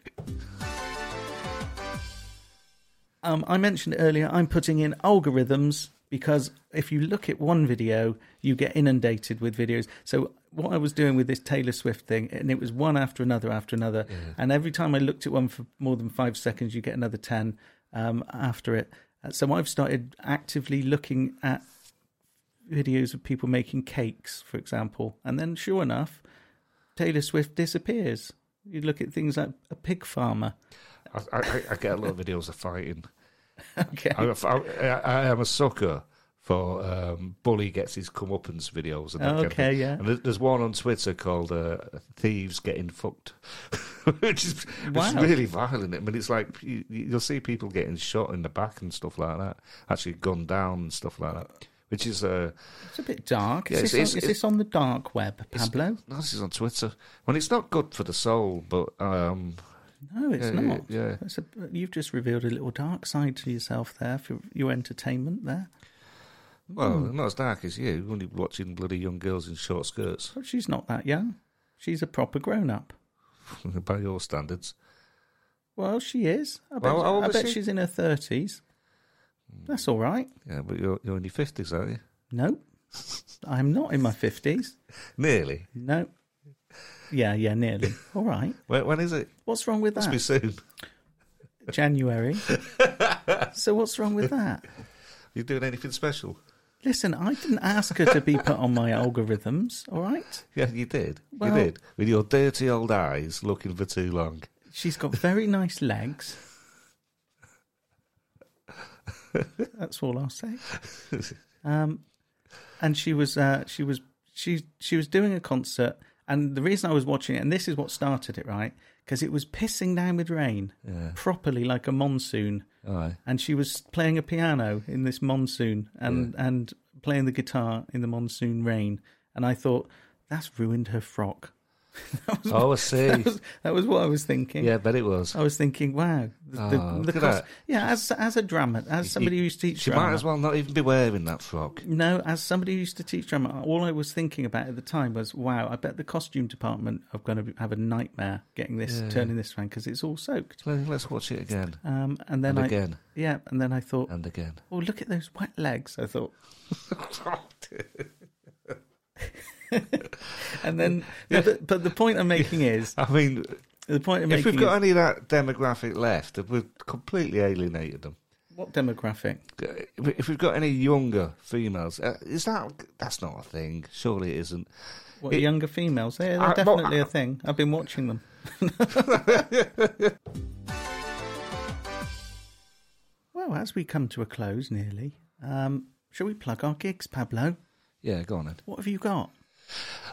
Um, I mentioned earlier I'm putting in algorithms because if you look at one video, you get inundated with videos. So what I was doing with this Taylor Swift thing, and it was one after another after another, and every time I looked at one for more than five seconds, you get another ten um, after it. Uh, So I've started actively looking at videos of people making cakes, for example, and then sure enough, Taylor Swift disappears. You look at things like a pig farmer.
I, I, I- I get a lot of videos of fighting.
Okay.
I, I, I am a sucker for um, bully gets his comeuppance videos. And that kind of
Okay,
thing.
yeah.
And there- there's one on Twitter called uh, "Thieves Getting Fucked," which is
Wow.
it's really violent. I mean, it's like you, you'll see people getting shot in the back and stuff like that, actually gunned down and stuff like that. Which is uh,
It's a bit dark.
Yeah, it's-
is, this,
it's-
on, is this on the dark web, Pablo?
no, this is on Twitter. When it's not good for the soul, but um,
No, it's
yeah,
not.
yeah.
It's a, you've just revealed a little dark side to yourself there for your entertainment there.
Well,
Hmm.
not as dark as you. Only watching bloody young girls in short skirts
But she's not that young. She's a proper grown up.
by your standards.
Well, she is. I bet,
Well, how old
I
is
bet
she?
she's in her 30s. That's all right.
Yeah, but you're you're in your fifties, aren't you?
Nope. I'm not in my 50s.
Nearly.
Nope. Yeah, yeah, nearly. All right.
When, when is it?
What's wrong with that?
Must be soon.
January. so what's wrong with that?
You doing anything special?
Listen, I didn't ask her to be put on my algorithms, all right?
Yeah, you did.
Well-
you did. With your dirty old eyes looking for too long.
She's got very nice legs. That's all I'll say. Um, and she was uh, she was she she was doing a concert, and the reason I was watching it, and this is what started it, right? Because it was pissing down with rain, properly like a monsoon.
All right.
and she was playing a piano in this monsoon and and playing the guitar in the monsoon rain and i thought that's ruined her frock
Oh, I see.
that was, Oh, that was what i was thinking
yeah, but it was.
i was thinking wow the, the-
Oh,
the
look at
cost-
that.
yeah as as a drama as somebody who used to teach
She
drama
might as well not even be wearing that frock.
no, as somebody who used to teach drama, all I was thinking about at the time was, "Wow, I bet the costume department are going to have a nightmare getting this, turning this around because it's all soaked."
Let- Let's watch it again
Um, and then
and
I,
again
yeah, and then I thought,
and again.
"Oh, look at those wet legs!" I thought, And then, but, but the point I'm making is
I mean,
the point I'm
if
making
we've got
is,
any of that demographic left, we've completely alienated them.
what demographic?
if we've got any younger females, uh, is that that's not a thing? Surely it isn't.
What
It-
younger females? Yeah,
I-
they're
well, uh,
definitely
I-
a thing. I've been watching them. well, as we come to a close, nearly, um, shall we plug our gigs, Pablo?
Yeah, go on then.
What have you got?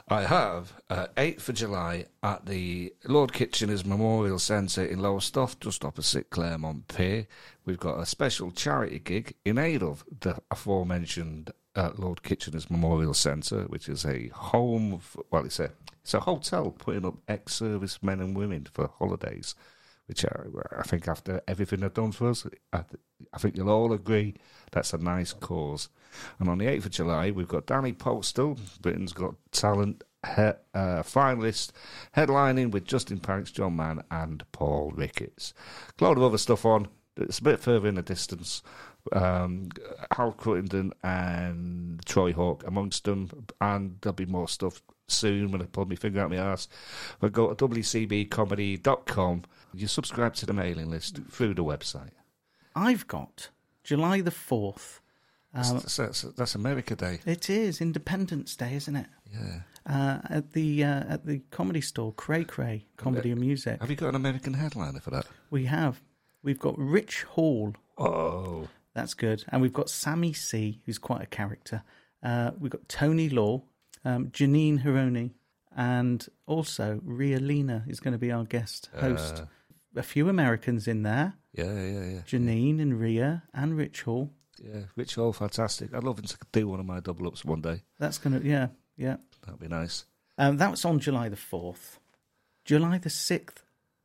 I have uh, 8th of July at the Lord Kitchener's Memorial Centre in Lowestoft, just opposite Claremont Pier. We've got a special charity gig in aid of the aforementioned at Lord Kitchener's Memorial Centre, which is a home. Of, well, it's a it's a hotel putting up ex-service men and women for holidays, which I, I think after everything they've done for us, I, th- I think you'll all agree that's a nice cause. And on the eighth of July, we've got Danny Postel, Britain's Got Talent he, uh, finalist, headlining with Justin Panks, John Mann, and Paul Ricketts. A lot of other stuff on. It's a bit further in the distance um, Hal Crittenden and Troy Hawk amongst them, and there'll be more stuff soon when I pull my finger out my ass. But go to wcbcomedy.com. You subscribe to the mailing list through the website.
I've got July the 4th. Um,
That's, that's, that's America Day.
it is Independence Day, isn't it?
Yeah.
Uh, at the uh, at the comedy store, Cray Cray Comedy and Music.
Have you got an American headliner for that?
We have we've got Rich Hall.
Oh,
That's good, and we've got Sammy C, who's quite a character. Uh, we've got Tony Law, um, Janine Hironi, and also Ria Lina is going to be our guest host. a few Americans in there.
yeah, yeah, yeah.
Janine and Ria and Rich Hall.
Yeah, Rich Hall, fantastic. I'd love him to do one of my double ups one day.
That's going to, yeah, yeah.
That'd be nice.
Um, that was on July the 4th. July the 6th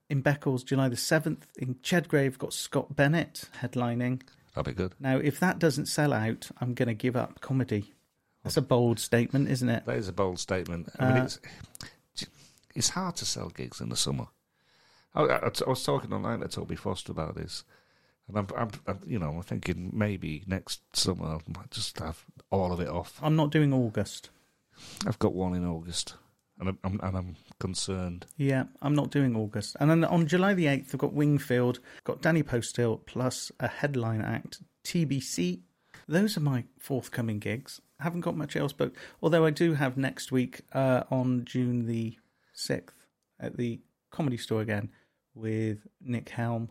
in Beccles, July the 7th in Chedgrave, got Scott Bennett headlining.
That'd be good.
Now, if that doesn't sell out, I'm going to give up comedy. That's a bold statement, isn't it?
That is a bold statement. I mean, it's, it's hard to sell gigs in the summer. I, I, I was talking online to Toby Foster about this, and I'm, I'm, I'm, you know, I'm thinking maybe next summer I might just have all of it off.
I'm not doing August.
I've got one in August, and I'm, I'm and I'm concerned.
Yeah, I'm not doing August. And then on July the 8th, I've got Wingfield, got Danny Postill, plus a headline act, TBC. Those are my forthcoming gigs. I haven't got much else booked, although I do have next week uh, on June the 6th at the Comedy Store again with Nick Helm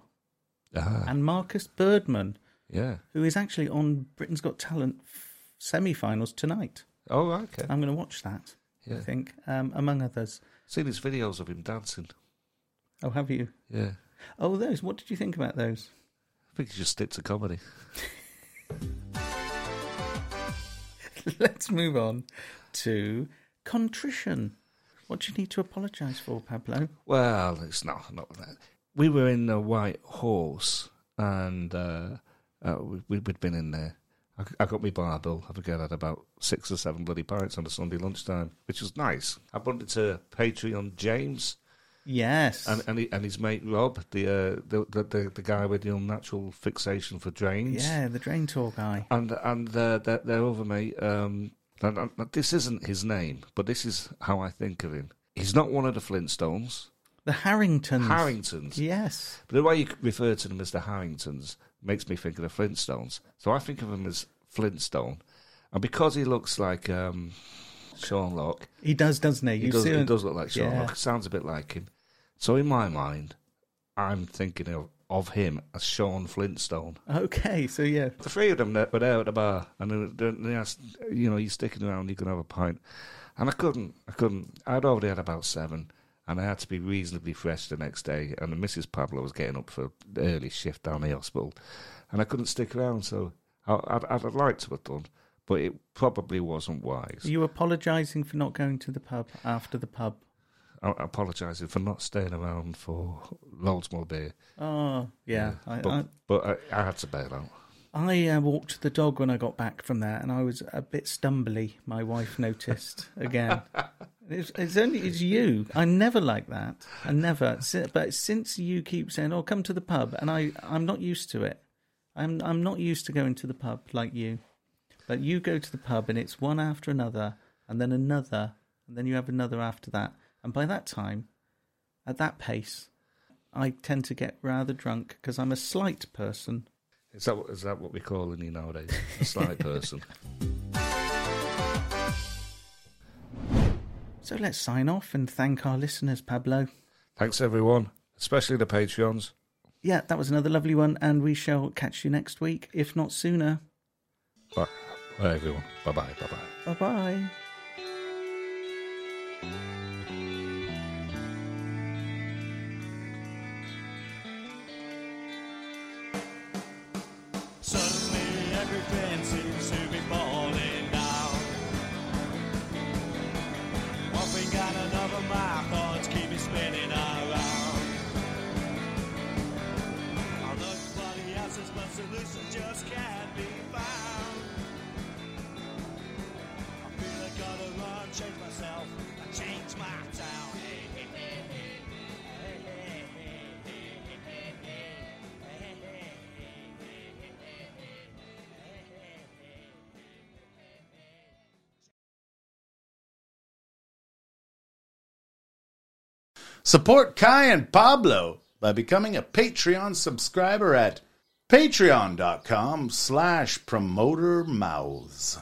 Ah,
and Marcus Birdman,
yeah.
who is actually on Britain's Got Talent f- semi-finals tonight.
Oh, okay.
I'm going to watch that, I
Yeah.
think, um, among others.
Seen his videos of him dancing.
Oh, have you?
Yeah,
Oh, those. What did you think about those?
I think he just stick to comedy.
Let's move on to contrition. What do you need to apologise for, Pablo?
Well, it's not not that. We were in a White Horse, and uh, uh, we, we'd been in there. I, I got my bar bill. I forget I had about six or seven bloody pints on a Sunday lunchtime, which was nice. I bumped into Patreon James
Yes.
and and, he, and his mate Rob, the, uh, the the the the guy with the unnatural fixation for drains.
yeah, the drain tour guy.
And and uh, their, their other mate, um, and, and this isn't his name, but this is how I think of him. He's not one of the Flintstones,
The Harringtons.
Harringtons.
Yes.
But the way you refer to them as the Harringtons makes me think of the Flintstones. So I think of him as Flintstone. And because he looks like um, Sean Locke,
He does, doesn't he?
he
You
does,
see
he
him-
does look like Sean
yeah.
Locke, sounds a bit like him. So in my mind, I'm thinking of, of him as Sean Flintstone.
Okay, so yeah.
The three of them that were there at the bar, and then- then they asked, you know, you sticking around, you can have a pint. And I couldn't, I couldn't. I'd already had about seven, and I had to be reasonably fresh the next day. And Mrs. Pablo was getting up for the early shift down the hospital, and I couldn't stick around, so I, I'd, I'd like to have done, but it probably wasn't
Are
wise.
you apologising for not going to the pub after the pub?
I, I apologising for not staying around for loads more beer,
Oh, yeah. I,
but, but I, I had to bail out.
I, I uh, walked the dog when I got back from there, and I was a bit stumbly. My wife noticed again. It's, it's only it's you. I never like that. I never. Si- But since you keep saying, "Oh, come to the pub," and I, I'm not used to it. I'm, I'm not used to going to the pub like you. But you go to the pub, and it's one after another, and then another, and then you have another after that. And by that time, at that pace, I tend to get rather drunk because I'm a slight person.
Is that what- is that what we're calling you nowadays? A slight person.
So let's sign off and thank our listeners, Pablo.
Thanks everyone, especially the Patreons.
Yeah, that was another lovely one, and we shall catch you next week, if not sooner.
Bye, Bye, everyone. Bye bye. Bye bye.
Bye bye.
Suddenly everything seems to be falling down. lies, but solutions just can't be found. I feel I gotta run, change myself, and change my town.
Support Kai and Pablo by becoming a Patreon subscriber at patreon.com slash promoter mouths.